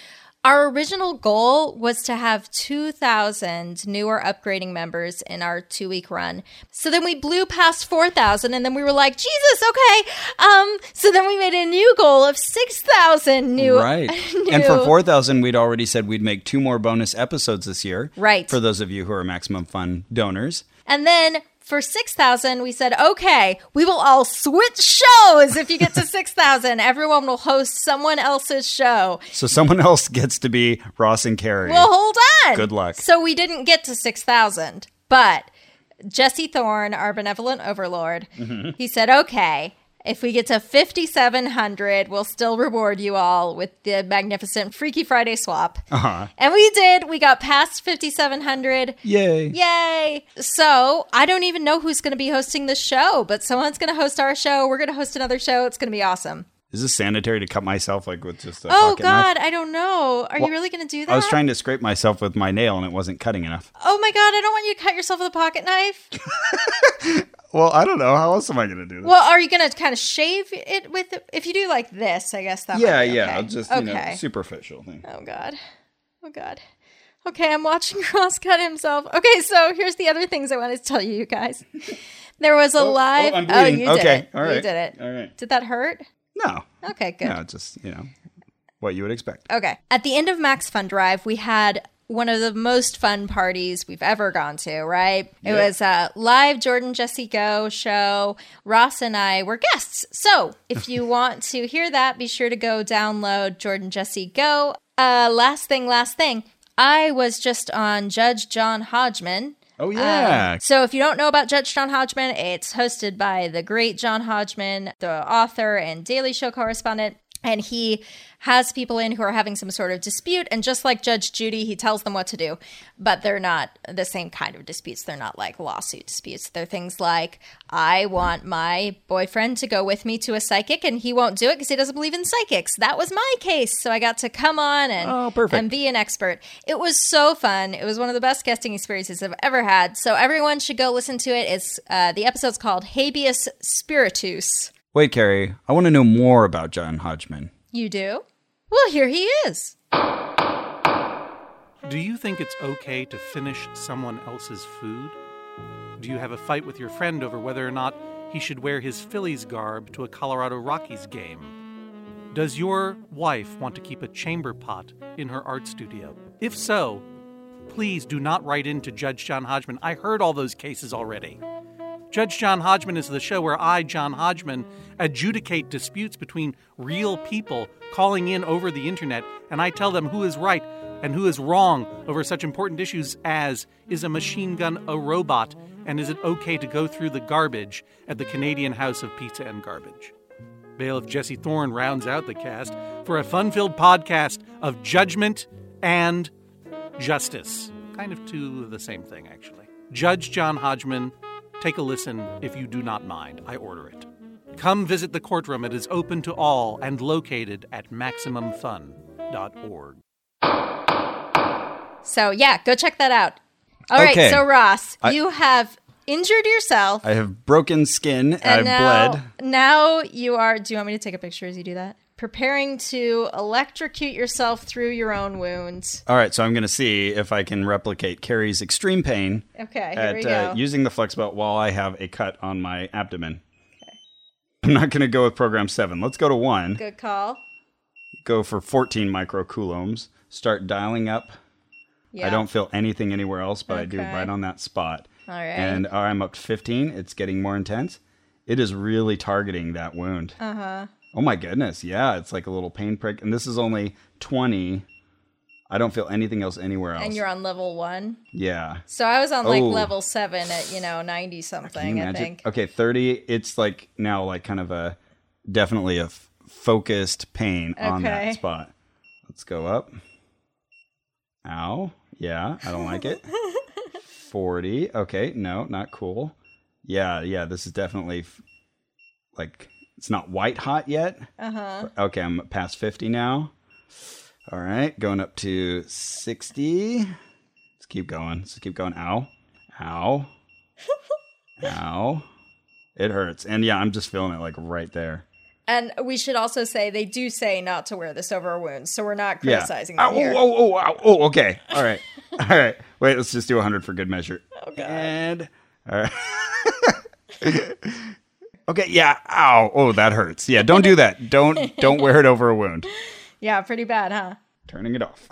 Our original goal was to have 2,000 new or upgrading members in our two week run. So then we blew past 4,000, and then we were like, Jesus, okay. Um, so then we made a new goal of 6,000 new. Right. new- And for 4,000, we'd already said we'd make two more bonus episodes this year. Right. For those of you who are Maximum Fun donors. And then for 6,000, we said, okay, we will all switch shows if you get to 6,000. Everyone will host someone else's show. So someone else gets to be Ross and Carrie. Well, hold on. Good luck. So we didn't get to 6,000, but Jesse Thorne, our benevolent overlord, Mm-hmm. he said, okay, if we get to 5,700, we'll still reward you all with the magnificent Freaky Friday swap. uh-huh. And we did. We got past 5,700. Yay. Yay! So I don't even know who's going to be hosting this show, but someone's going to host our show. We're going to host another show. It's going to be awesome. Is this sanitary to cut myself like with just a Oh pocket knife? God, I don't know. Are you really going to do that? I was trying to scrape myself with my nail and it wasn't cutting enough. Oh my god, I don't want you to cut yourself with a pocket knife. Well, I don't know. How else am I going to do this? Well, are you gonna kind of shave it with? If you do like this, I guess that. might yeah, be yeah. okay. I'll Just, you know, Okay. superficial thing. oh god. Oh god. Okay, I'm watching Ross cut himself. Okay, so here's the other things I wanted to tell you, you guys. There was a live. oh, I'm bleeding. you did Okay, it. all You right, did it. all right. Did that hurt? No. Okay, good. No, just, you know, what you would expect. Okay. At the end of Max Fun Drive, we had one of the most fun parties we've ever gone to, right? It Yeah. was a live Jordan Jesse Go show. Ross and I were guests. So if you want to hear that, be sure to go download Jordan Jesse Go. Uh, last thing, last thing. I was just on Judge John Hodgman. Oh, Um, yeah. so if you don't know about Judge John Hodgman, it's hosted by the great John Hodgman, the author and Daily Show correspondent. And he has people in who are having some sort of dispute. And just like Judge Judy, he tells them what to do. But they're not the same kind of disputes. They're not like lawsuit disputes. They're things like, I want my boyfriend to go with me to a psychic, and he won't do it because he doesn't believe in psychics. That was my case. So I got to come on and, Oh, perfect. and be an expert. It was so fun. It was one of the best guesting experiences I've ever had. So everyone should go listen to it. It's uh, the episode's called Habeas Spiritus. Wait, Carrie, I want to know more about John Hodgman. You do? Well, here he is. Do you think it's okay to finish someone else's food? Do you have a fight with your friend over whether or not he should wear his Phillies garb to a Colorado Rockies game? Does your wife want to keep a chamber pot in her art studio? If so, please do not write in to Judge John Hodgman. I heard all those cases already. Judge John Hodgman is the show where I, John Hodgman, adjudicate disputes between real people calling in over the internet, and I tell them who is right and who is wrong over such important issues as is a machine gun a robot, and is it okay to go through the garbage at the Canadian House of Pizza and Garbage? Bailiff Jesse Thorne rounds out the cast for a fun filled podcast of judgment and justice. Kind of two of the same thing, actually. Judge John Hodgman, take a listen if you do not mind. I order it. Come visit the courtroom. It is open to all and located at MaximumFun.org. So yeah, go check that out. All right. Okay. So Ross, I- you have injured yourself. I have broken skin. I've now, bled. Now you are. Do you want me to take a picture as you do that? Preparing to electrocute yourself through your own wounds. All right, so I'm going to see if I can replicate Carrie's extreme pain Okay, here we at go. uh, using the flex belt while I have a cut on my abdomen. I'm not going to go with program seven. Let's go to one. Good call. Go for 14 microcoulombs. Start dialing up. Yeah. I don't feel anything anywhere else, but I do Okay. right on that spot. All right. And uh, I'm up to 15. It's getting more intense. It is really targeting that wound. Uh huh. Uh-huh. Oh my goodness. Yeah. It's like a little pain prick. And this is only 20. I don't feel anything else anywhere else. and you're on level one. yeah. So I was on like Oh. level seven at you know ninety Can something. you I imagine? think. Okay, 30, it's like now like kind of a definitely a f- focused pain on Okay. that spot. Let's go up. Ow. Yeah, I don't like it. 40. Okay, no, not cool. Yeah, yeah, this is definitely f- like it's not white hot yet. Uh huh. Okay, I'm past 50 now. All right, going up to 60. Let's keep going. Let's keep going. Ow. Ow. Ow. It hurts. And yeah, I'm just feeling it like right there. And we should also say they do say not to wear this over our wounds, so we're not Yeah. Ah, criticizing Ow, them here. Oh, oh, oh, ow. oh, okay. All right. All right. Wait, let's just do 100 for good measure. Okay. And all right. okay, yeah. Ow. Oh, that hurts. Yeah, don't do that. Don't don't wear it over a wound. Yeah, pretty bad, huh? Turning it off.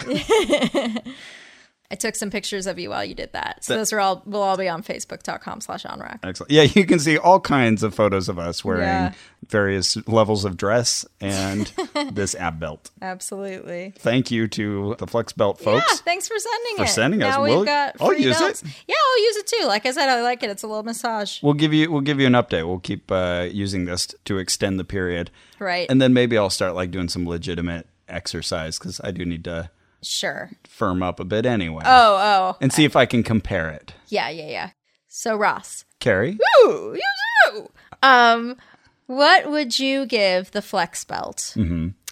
I took some pictures of you while you did that. So those are all will all be on Facebook.com slash onrock. Excellent. Yeah, you can see all kinds of photos of us wearing Yeah. various levels of dress and this ab belt. Absolutely. Thank you to the Flex Belt Yeah, folks. thanks for sending For it. sending us. now We'll- we've got free I'll use belts. it. Yeah, I'll use it too. Like I said, I like it. It's a little massage. We'll give you we'll give you an update. We'll keep uh, using this to extend the period, Right. and then maybe I'll start like doing some legitimate exercise because I do need to Sure. firm up a bit anyway, Oh, oh. and see if I can compare it. Yeah, yeah, yeah. So Ross. Carrie, Ooh, you do. Um, what would you give the flex belt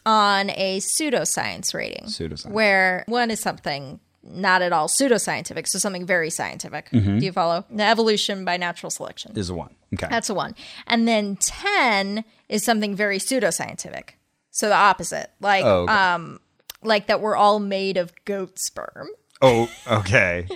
on a pseudoscience rating? Mm-hmm. Pseudoscience. Where one is something not at all pseudoscientific, so something very scientific. Do you follow? The evolution by natural selection. Mm-hmm. is a one. Okay, That's a one. And then 10 is something very pseudoscientific. So the opposite. Like Oh, okay. um like that we're all made of goat sperm. Oh, okay.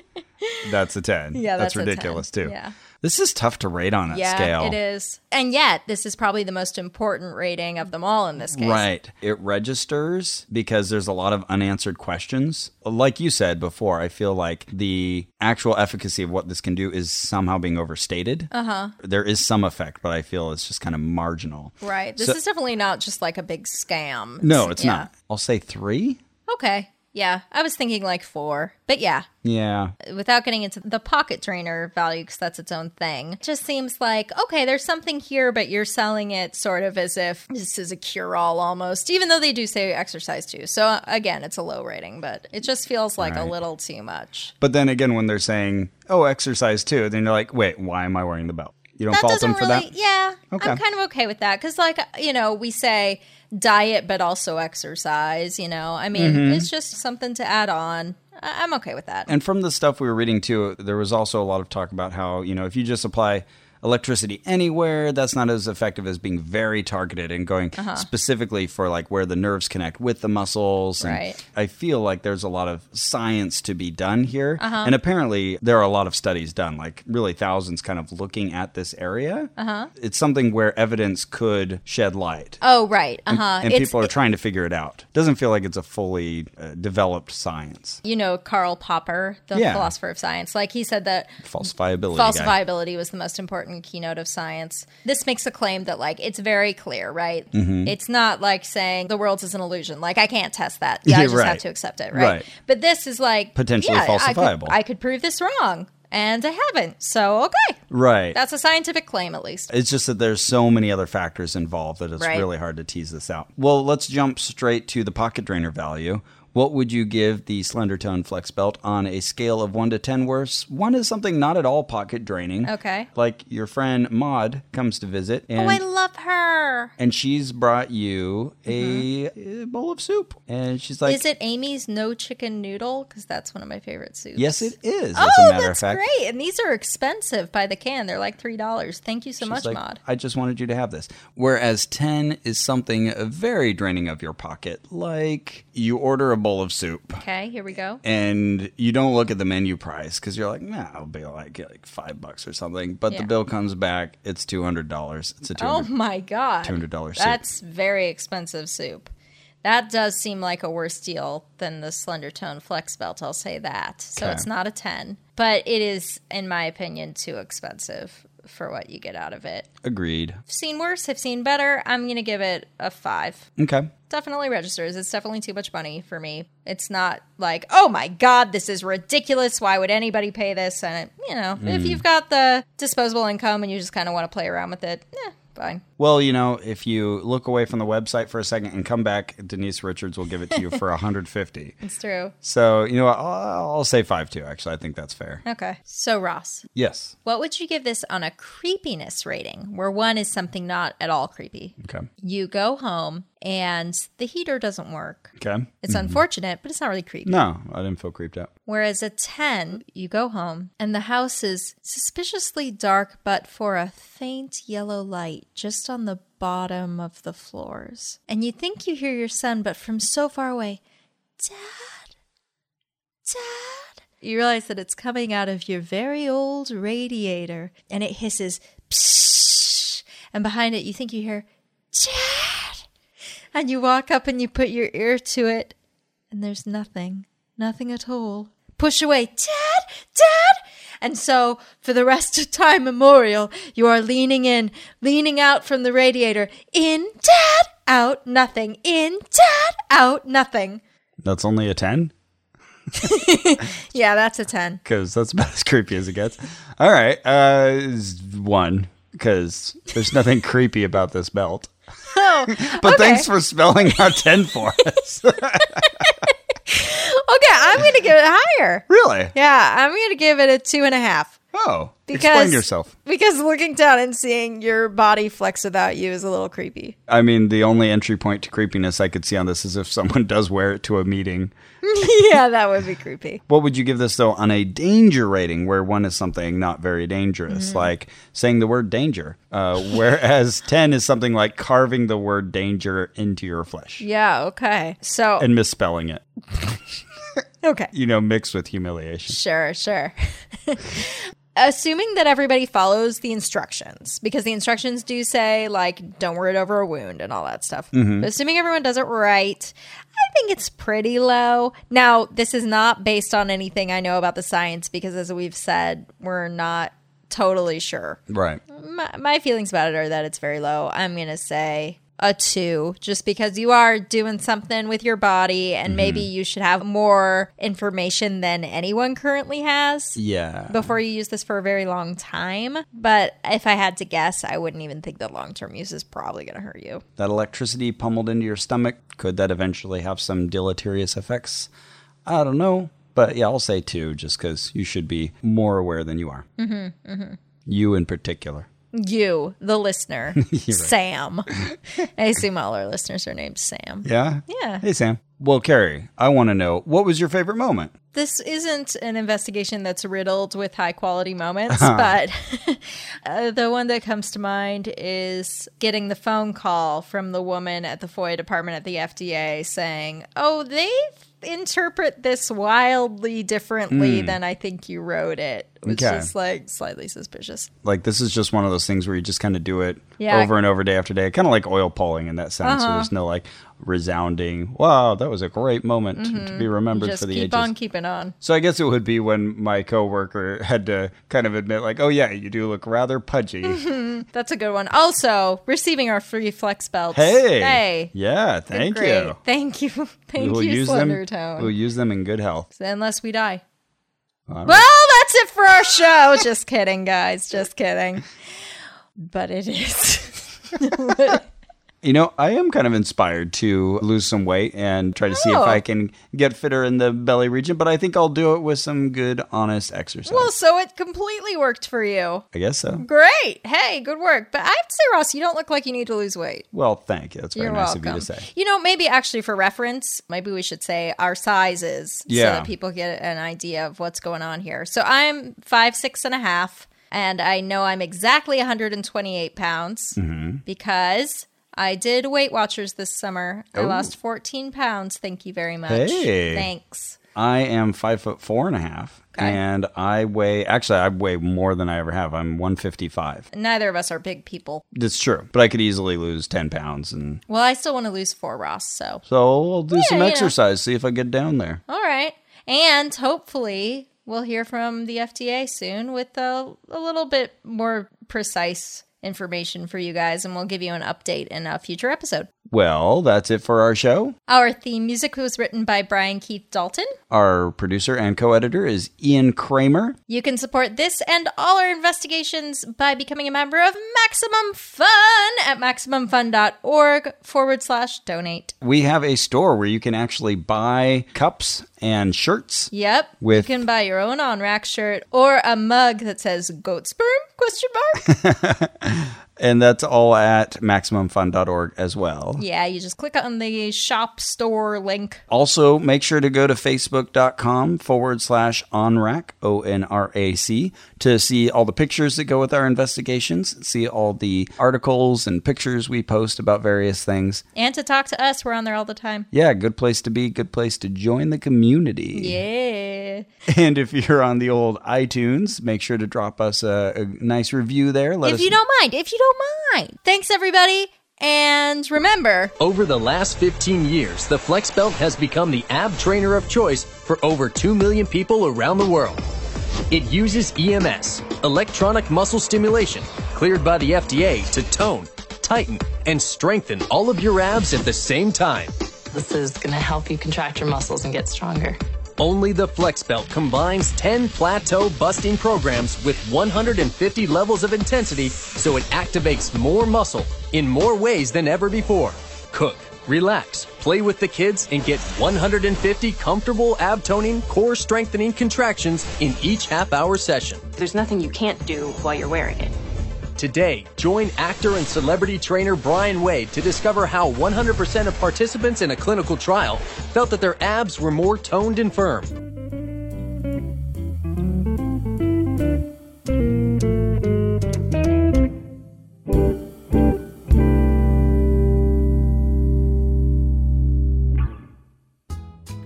That's a 10. Yeah, that's, that's a 10. ridiculous, too. Yeah. This is tough to rate on that Yeah, scale. it is. And yet, this is probably the most important rating of them all in this case. Right. It registers because there's a lot of unanswered questions. Like you said before, I feel like the actual efficacy of what this can do is somehow being overstated. Uh huh. Uh-huh. There is some effect, but I feel it's just kind of marginal. Right. This So- is definitely not just like a big scam. No, it's yeah. not. I'll say three. Okay. Yeah. I was thinking like four. But yeah, Yeah. without getting into the pocket trainer value because that's its own thing it just seems like okay there's something here but you're selling it sort of as if this is a cure-all almost even though they do say exercise too so uh, again it's a low rating but it just feels like a little too much But then again, when they're saying, oh, exercise too, then you're like, wait, why am I wearing the belt? You don't that fault doesn't them for really that? yeah i'm Okay. kind of okay with that because like you know we say diet but also exercise you know i mean it's just something to add on I- i'm okay with that Mm-hmm. And from the stuff we were reading too, there was also a lot of talk about how, you know, if you just apply electricity anywhere, that's not as effective as being very targeted and going Uh-huh. specifically for like where the nerves connect with the muscles. And Right. I feel like there's a lot of science to be done here. Uh-huh. And apparently there are a lot of studies done, like really thousands kind of looking at this area. Uh-huh. It's something where evidence could shed light. oh right uh-huh And It's- people are trying to figure it out. Doesn't feel like it's a fully uh, developed science. you know Karl Popper, the Yeah. philosopher of science. Like he said that Falsifiability. guy. falsifiability was the most important keynote of science. This makes a claim that like it's very clear, right? Mm-hmm. It's not like saying the world's is an illusion. Like I can't test that. Yeah, I Yeah, just have right. to accept it, right? Right. But this is like Potentially yeah, I could- falsifiable. I could, prove this wrong, and I haven't. So okay, Right. that's a scientific claim at least. It's just that there's so many other factors involved that it's Right. really hard to tease this out. Well, let's jump straight to the pocket drainer value. What would you give the Slender Tone Flex Belt on a scale of 1 to 10 worse? 1 is something not at all pocket draining. Okay. Like your friend Maud comes to visit Oh, and I love her. and she's brought you a uh, bowl of soup. And she's like, Mm-hmm. Is it Amy's no chicken noodle? Because that's one of my favorite soups. Yes, it is. Oh, as a matter of that's fact. great. And these are expensive by the can. They're like three dollars. Thank you so much, It's like, Maud. I just wanted you to have this. Whereas 10 is something very draining of your pocket. Like you order a bowl of soup. Okay, here we go. and you don't look at the menu price because you're like, nah, it'll be like like five bucks or something. But Yeah. the bill comes back, it's two hundred dollars. It's a two Oh hundred. my god. $200 soup. That's very expensive soup. That does seem like a worse deal than the Slender Tone Flex Belt, I'll say that. So Okay. it's not a 10, but it is in my opinion too expensive for what you get out of it. Agreed. I've seen worse, I've seen better. I'm going to give it a 5. Okay. Definitely registers. It's definitely too much money for me. It's not like, "Oh my god, this is ridiculous. Why would anybody pay this?" And you know, Hmm. if you've got the disposable income and you just kind of want to play around with it, eh, fine. Well, you know, if you look away from the website for a second and come back, Denise Richards will give it to you for hundred fifty. It's true. So you know, what? I'll, I'll say five two. Actually, I think that's fair. Okay. So, Ross, Yes. what would you give this on a creepiness rating, where one is something not at all creepy? Okay. You go home and the heater doesn't work. Okay. It's unfortunate, but it's not really creepy. No, I didn't feel creeped out. Whereas a 10, you go home and the house is suspiciously dark, but for a faint yellow light just on the bottom of the floors. And you think you hear your son, but from so far away, Dad, Dad. You realize that it's coming out of your very old radiator and it hisses, Pssh. And behind it, you think you hear, Dad. And you walk up and you put your ear to it and there's nothing, nothing at all. Push away, Dad, Dad! And so, for the rest of time memorial, you are leaning in, leaning out from the radiator. In, Dad, out, nothing. In, Dad, out, nothing. That's only a ten Yeah, that's a 10. because that's about as creepy as it gets. All right, uh, is one because there's nothing creepy about this belt. But Oh, Okay. thanks for spelling out 10 for us. Okay, I'm going to give it higher. really? Yeah, I'm going to give it a two and a half. Oh, Because, explain yourself. Because looking down and seeing your body flex without you is a little creepy. I mean, the only entry point to creepiness I could see on this is if someone does wear it to a meeting. yeah, that would be creepy. What would you give this, though, on a danger rating where one is something not very dangerous, Mm-hmm. like saying the word danger, uh, whereas 10 is something like carving the word danger into your flesh Yeah, okay. So, and misspelling it, okay. you know, mixed with humiliation. Sure, sure. Assuming that everybody follows the instructions, because the instructions do say, like, don't worry it over a wound and all that stuff. But assuming everyone does it right, I think it's pretty low. Now, this is not based on anything I know about the science, because as we've said, we're not totally sure. Right. My, my feelings about it are that it's very low. I'm going to say a two, just because you are doing something with your body and maybe you should have more information than anyone currently has Yeah. before you use this for a very long time. But if I had to guess, I wouldn't even think that long term use is probably going to hurt you. that electricity pummeled into your stomach could that eventually have some deleterious effects i don't know but yeah i'll say two just because you should be more aware than you are mm-hmm, you in particular You, the listener, Sam. I assume all our listeners are named Sam. yeah Yeah. hey sam well carrie i want to know what was your favorite moment this isn't an investigation that's riddled with high quality moments, Uh-huh. but uh, the one that comes to mind is getting the phone call from the woman at the FOIA department at the FDA saying, Oh, they interpret this wildly differently than I think you wrote it. Which Hmm. Okay. is like slightly suspicious. like this is just one of those things where you just kind of do it Yeah. Uh-huh. over and over day after day kind of like oil pulling in that sense so there's no like resounding wow that was a great moment to be remembered Mm-hmm. Just for the keep ages on keeping on. So I guess it would be when my coworker had to kind of admit, like, "Oh yeah, you do look rather pudgy." That's a good one. Also, receiving our free flex belts. hey, Hey. yeah, thank Great. you. Thank you. Thank we'll you, use them. Slender Tone. We'll use them in good health. Unless we die. All right. Well, that's it for our show. Just kidding, guys. Just kidding. But it is. You know, I am kind of inspired to lose some weight and try to see if Oh. I can get fitter in the belly region. But I think I'll do it with some good, honest exercise. well, so it completely worked for you. I guess so. Great. Hey, good work. But I have to say, Ross, you don't look like you need to lose weight. Well, thank you. That's very You're nice welcome. of you to say. You know, maybe actually for reference, maybe we should say our sizes so Yeah. that people get an idea of what's going on here. So I'm five, six and a Mm-hmm. half, and I know I'm exactly 128 pounds because I did Weight Watchers this summer. I Oh. lost 14 pounds. Thank you very much. Hey. Thanks. I am five foot four and a half, Okay. and I weigh actually I weigh more than I ever have. I'm one fifty five. Neither of us are big people. That's true, but I could easily lose ten pounds, and Well, I still want to lose four, Ross. So, so I'll do some yeah. exercise, see if I get down there. all right. And hopefully, we'll hear from the FDA soon with a, a little bit more precise information for you guys, and we'll give you an update in a future episode. Well, that's it for our show. Our theme music was written by Brian Keith Dalton. Our producer and co-editor is Ian Kramer. You can support this and all our investigations by becoming a member of Maximum Fun at MaximumFun.org forward slash donate. We have a store where you can actually buy cups and shirts. Yep. With- you can buy your own on rack shirt or a mug that says goat sperm question mark. And that's all at MaximumFun.org as well. yeah, you just click on the shop store link. Also, make sure to go to facebook.com forward slash onrac, O N R A C, to see all the pictures that go with our investigations, see all the articles and pictures we post about various things. And to talk to us, we're on there all the time. Yeah, good place to be, good place to join the community. Yeah. And if you're on the old iTunes, make sure to drop us a, a nice review there. Let If us you don't mind, if you don't mind. Thanks, everybody. And remember, Over the last 15 years, the Flex Belt has become the ab trainer of choice for over 2 million people around the world. It uses EMS, electronic muscle stimulation, cleared by the FDA to tone, tighten, and strengthen all of your abs at the same time. This is going to help you contract your muscles and get stronger. Only the Flex Belt combines 10 plateau busting programs with 150 levels of intensity so it activates more muscle in more ways than ever before. Cook, relax, play with the kids, and get 150 comfortable ab toning, core strengthening contractions in each half hour session. There's nothing you can't do while you're wearing it. Today, join actor and celebrity trainer Brian Wade to discover how 100% of participants in a clinical trial felt that their abs were more toned and firm.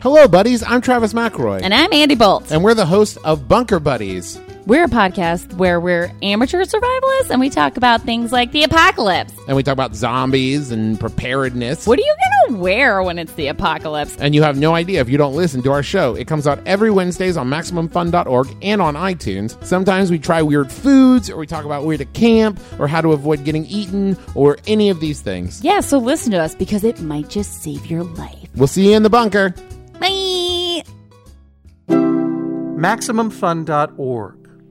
Hello, buddies. I'm Travis McRoy. And I'm Andy Bolt. And we're the host of Bunker Buddies. We're a podcast where we're amateur survivalists and we talk about things like the apocalypse. And we talk about zombies and preparedness. What are you going to wear when it's the apocalypse? And you have no idea if you don't listen to our show. It comes out every Wednesdays on MaximumFun.org and on iTunes. Sometimes we try weird foods, or we talk about where to camp, or how to avoid getting eaten, or any of these things. Yeah, so listen to us because it might just save your life. We'll see you in the bunker. Bye. MaximumFun.org.